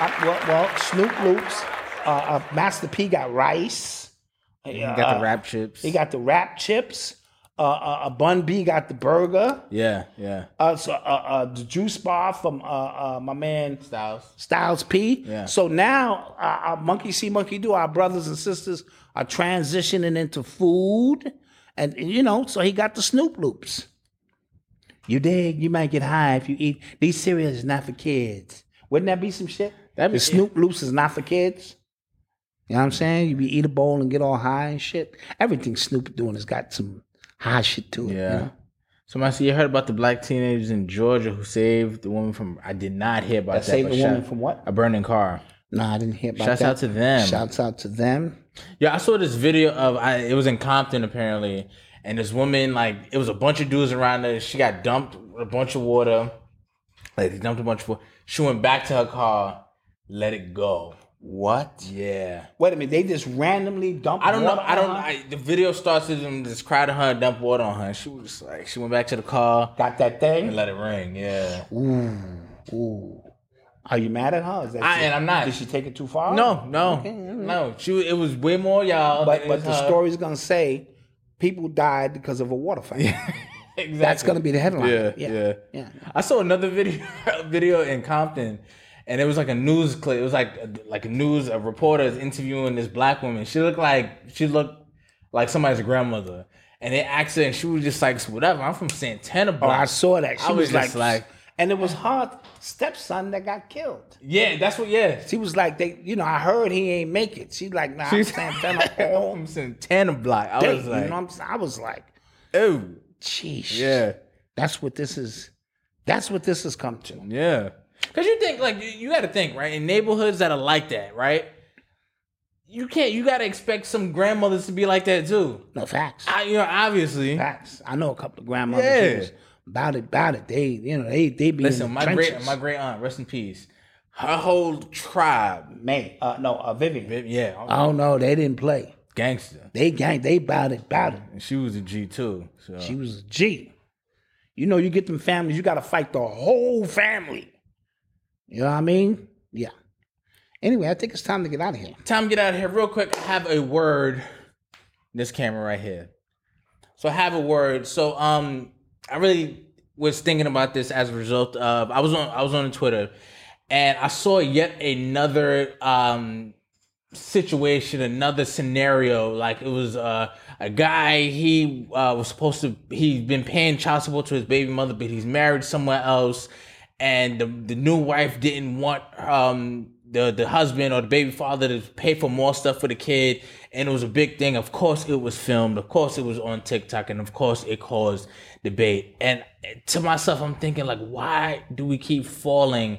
S3: Uh, well, well, Snoop Loops. Uh, uh, Master P got rice. Uh,
S2: you got the rap chips.
S3: He got the wrap chips. Uh, uh, uh, Bun B got the burger.
S2: yeah, yeah.
S3: Uh, so, uh, uh, the juice bar from uh, uh, my man
S2: Styles.
S3: Styles P.
S2: Yeah.
S3: So now, uh, our monkey see, monkey do. Our brothers and sisters are transitioning into food, and and, you know, so he got the Snoop Loops. You dig? You might get high if you eat these cereals. Is not for kids. Wouldn't that be some shit?
S2: That'd be-
S3: the Snoop Loops is not for kids. You know what I'm saying? You be eat a bowl and get all high and shit. Everything Snoop doing has got some high shit to it. you
S2: Yeah.
S3: know?
S2: So, Marcy, you heard about the black teenagers in Georgia who saved the woman from? I did not hear about
S3: That
S2: that.
S3: saved
S2: but
S3: the woman
S2: shout-
S3: from what?
S2: A burning car.
S3: No, I didn't hear about
S2: Shouts
S3: that.
S2: out to them.
S3: Shouts out to them.
S2: Yeah, I saw this video of I it was in Compton apparently, and this woman like it was a bunch of dudes around her. She got dumped with a bunch of water. Like they dumped a bunch of water. She went back to her car, let it go.
S3: What?
S2: Yeah.
S3: Wait a minute. They just randomly dumped.
S2: I don't know.
S3: water
S2: I don't.
S3: on her?
S2: I, the video starts with them just crowding her, and dump water on her. She was just like, she went back to the car
S3: Got that
S2: and
S3: thing?
S2: let it ring. Yeah.
S3: Ooh, ooh. Are you mad at her? Is that
S2: I-
S3: she-
S2: and I'm not.
S3: Did she take it too far?
S2: No, no,
S3: Okay, all right.
S2: no. She. was- It was way more y'all.
S3: But
S2: than it
S3: but
S2: was
S3: the
S2: her.
S3: story's gonna say people died because of a water fight.
S2: Exactly.
S3: That's gonna be the headline.
S2: Yeah,
S3: yeah,
S2: yeah.
S3: yeah.
S2: I saw another video video in Compton, and it was like a news clip. It was like like a news a reporter is interviewing this black woman. She looked like she looked like somebody's grandmother, and they asked her, and she was just like, "Whatever, I'm from Santana."
S3: Oh,
S2: Block.
S3: I saw that. She
S2: I was,
S3: was,
S2: just like,
S3: and it was her stepson that got killed.
S2: "Yeah, that's what. Yeah,
S3: She was like, they, you know, I heard he ain't make it. She like, nah, I'm
S2: She's-
S3: Santana all
S2: from Santana Block." I
S3: day.
S2: was
S3: you know,
S2: like,
S3: what I'm saying? I was like,
S2: "Oh,
S3: sheesh.
S2: yeah,
S3: That's what this is. That's what this has come to.
S2: yeah." Cause you think like you, you got to think right in neighborhoods that are like that, right? You can't. You got to expect some grandmothers to be like that too.
S3: No facts.
S2: I, you know, obviously.
S3: Facts. I know a couple of grandmothers who
S2: Yeah.
S3: was about it, about it. They, you know, they they be in
S2: Listen,
S3: the
S2: my
S3: trenches.
S2: great my great aunt, rest in peace. Her whole tribe,
S3: May, uh, no, uh, Vivian.
S2: vi- yeah, all
S3: Oh no, they didn't play.
S2: gangster.
S3: They gang, they about it, about it.
S2: And she was a G too. So
S3: She was a G. You know, you get them families, you got to fight the whole family. You know what I mean? Yeah. Anyway, I think it's time to get out of here.
S2: Tom, get out of here real quick. I have a word. This camera right here. So I have a word. So um, I really was thinking about this as a result of I was on I was on Twitter, and I saw yet another um, situation, another scenario. Like it was uh, a guy he uh, was supposed to he's been paying child support to his baby mother, but he's married somewhere else, and the, the new wife didn't want um, the the husband or the baby father to pay for more stuff for the kid, and it was a big thing. Of course, it was filmed. Of course, it was on TikTok, and of course, it caused debate. And to myself, I'm thinking like, why do we keep falling?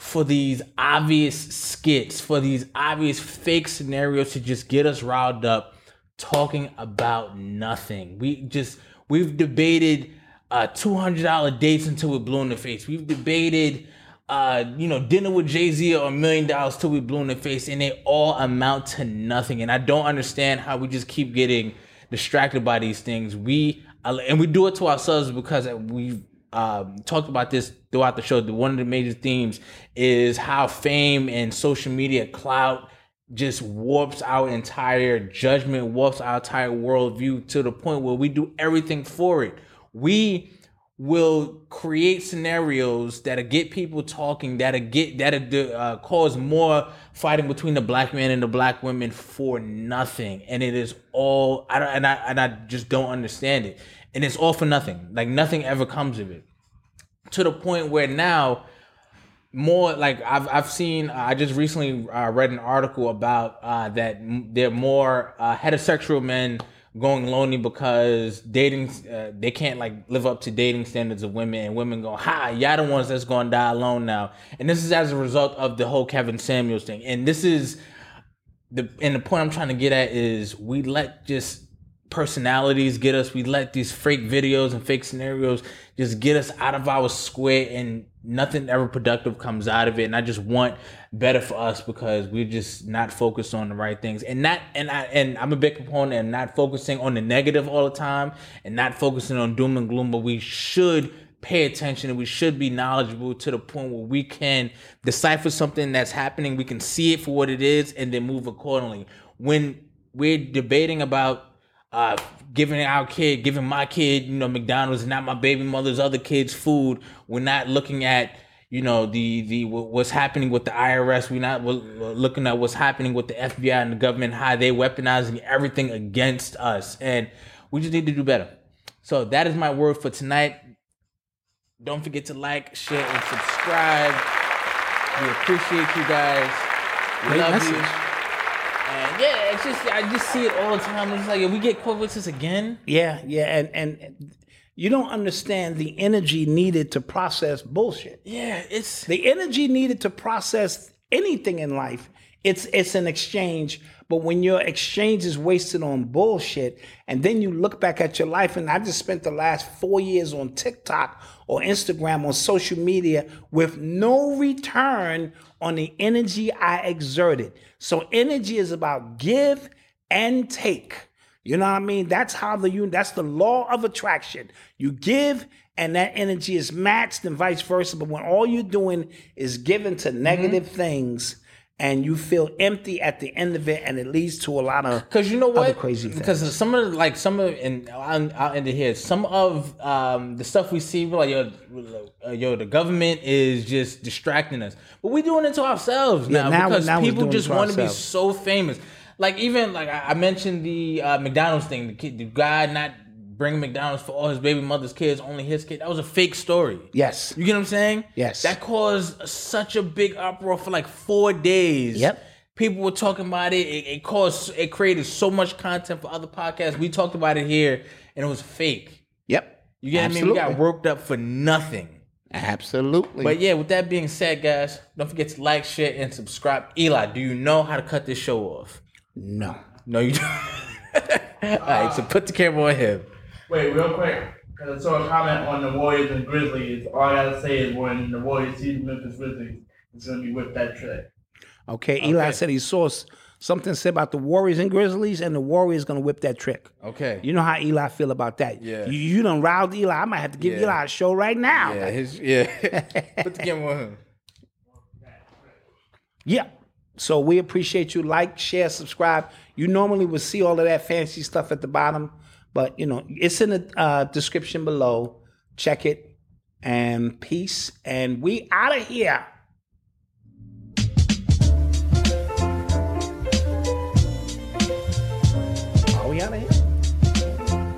S2: for these obvious skits, for these obvious fake scenarios to just get us riled up talking about nothing. We just we've debated uh $200 dates until we're blue in the face. We've debated uh you know dinner with Jay-Z or a million dollars till we're blue in the face and they all amount to nothing. And I don't understand how we just keep getting distracted by these things. We uh, and we do it to ourselves because we um, talked about this throughout the show. One of the major themes is how fame and social media clout just warps our entire judgment, warps our entire worldview to the point where we do everything for it. We will create scenarios that'll get people talking, that'll get that'll uh, cause more fighting between the black man and the black women for nothing, and it is all I don't, and I and I just don't understand it, and it's all for nothing. Like nothing ever comes of it, to the point where now more like I've I've seen I just recently uh, read an article about uh, that they're more uh, heterosexual men going lonely because dating uh, they can't like live up to dating standards of women and women go hi y'all the ones that's gonna die alone now and this is as a result of the whole kevin samuels thing and this is the and the point i'm trying to get at is we let just personalities get us we let these fake videos and fake scenarios just get us out of our square and nothing ever productive comes out of it and i just want better for us because we're just not focused on the right things and not and i and i'm a big proponent of not focusing on the negative all the time and not focusing on doom and gloom but we should pay attention and we should be knowledgeable to the point where we can decipher something that's happening we can see it for what it is and then move accordingly when we're debating about uh, giving our kid, giving my kid, you know, McDonald's, not my baby mother's other kids' food. We're not looking at, you know, the the what's happening with the IRS. We're not looking at what's happening with the FBI and the government, how they weaponizing everything against us, and we just need to do better. So that is my word for tonight. Don't forget to like, share, and subscribe. We appreciate you guys. We
S3: Great
S2: love
S3: message.
S2: you. And yeah, it's just I just see it all the time. It's like if we get caught with this again.
S3: Yeah, yeah, and and you don't understand the energy needed to process bullshit.
S2: Yeah, it's
S3: the energy needed to process anything in life. It's it's an exchange, but when your exchange is wasted on bullshit, and then you look back at your life, and I just spent the last four years on TikTok or Instagram on social media with no return on the energy I exerted. So energy is about give and take. You know what I mean? That's how the you that's the law of attraction. You give and that energy is matched and vice versa. But when all you're doing is giving to
S2: Mm-hmm.
S3: negative things and you feel empty at the end of it and it leads to a lot of
S2: Because you know what?
S3: crazy things.
S2: Because some of the- like some of and I'll, I'll end it here. Some of um, the stuff we see, we're like yo, uh, yo, the government is just distracting us, but we're doing it to ourselves
S3: Yeah,
S2: now,
S3: now-
S2: because
S3: now we're
S2: people
S3: doing it
S2: just
S3: to
S2: want to be
S3: ourselves.
S2: so famous. Like even like I, I mentioned the uh, McDonald's thing, the kid, the guy not bringing McDonald's for all his baby mother's kids, only his kid. That was a fake story.
S3: Yes.
S2: You get what I'm saying?
S3: Yes.
S2: That caused such a big uproar for like four days. Yep. People were talking about it. It, it caused. It created so much content for other podcasts. We talked about it here, and it was fake.
S3: Yep.
S2: You get what I mean? We got
S3: Absolutely.
S2: worked up for nothing.
S3: Absolutely.
S2: But yeah, with that being said, guys, don't forget to like, share, and subscribe. Eli, do you know how to cut this show off?
S3: No.
S2: No, you don't. All right, so put the camera on him.
S6: Wait, real quick. Uh, So a comment on the Warriors and Grizzlies. All I gotta say is when the Warriors see the Memphis Grizzlies, it's gonna be with that trick.
S3: Okay, Eli said he saw s- something said about the Warriors and Grizzlies, and the Warriors gonna whip that trick.
S2: Okay.
S3: You know how Eli feel about that.
S2: Yeah.
S3: You, you done riled Eli. I might have to give
S2: Yeah.
S3: Eli a show right now.
S2: Yeah, his, yeah. put the camera on him.
S3: Yeah. So we appreciate you. Like, share, subscribe. You normally would see all of that fancy stuff at the bottom, but you know, it's in the uh, description below. Check it. and peace. And we out of here. Are we out of here?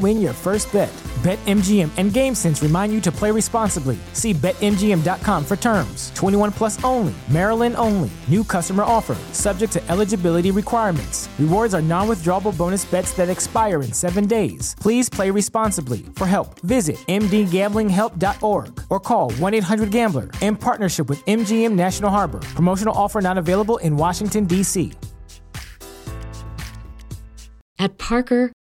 S7: win your first bet. BetMGM and GameSense remind you to play responsibly. See BetMGM.com for terms. 21 plus only, Maryland only. New customer offer, subject to eligibility requirements. Rewards are non withdrawable bonus bets that expire in seven days. Please play responsibly. For help, visit MDGamblingHelp.org or call 1 800 Gambler in partnership with MGM National Harbor. Promotional offer not available in Washington, D.C.
S13: At Parker,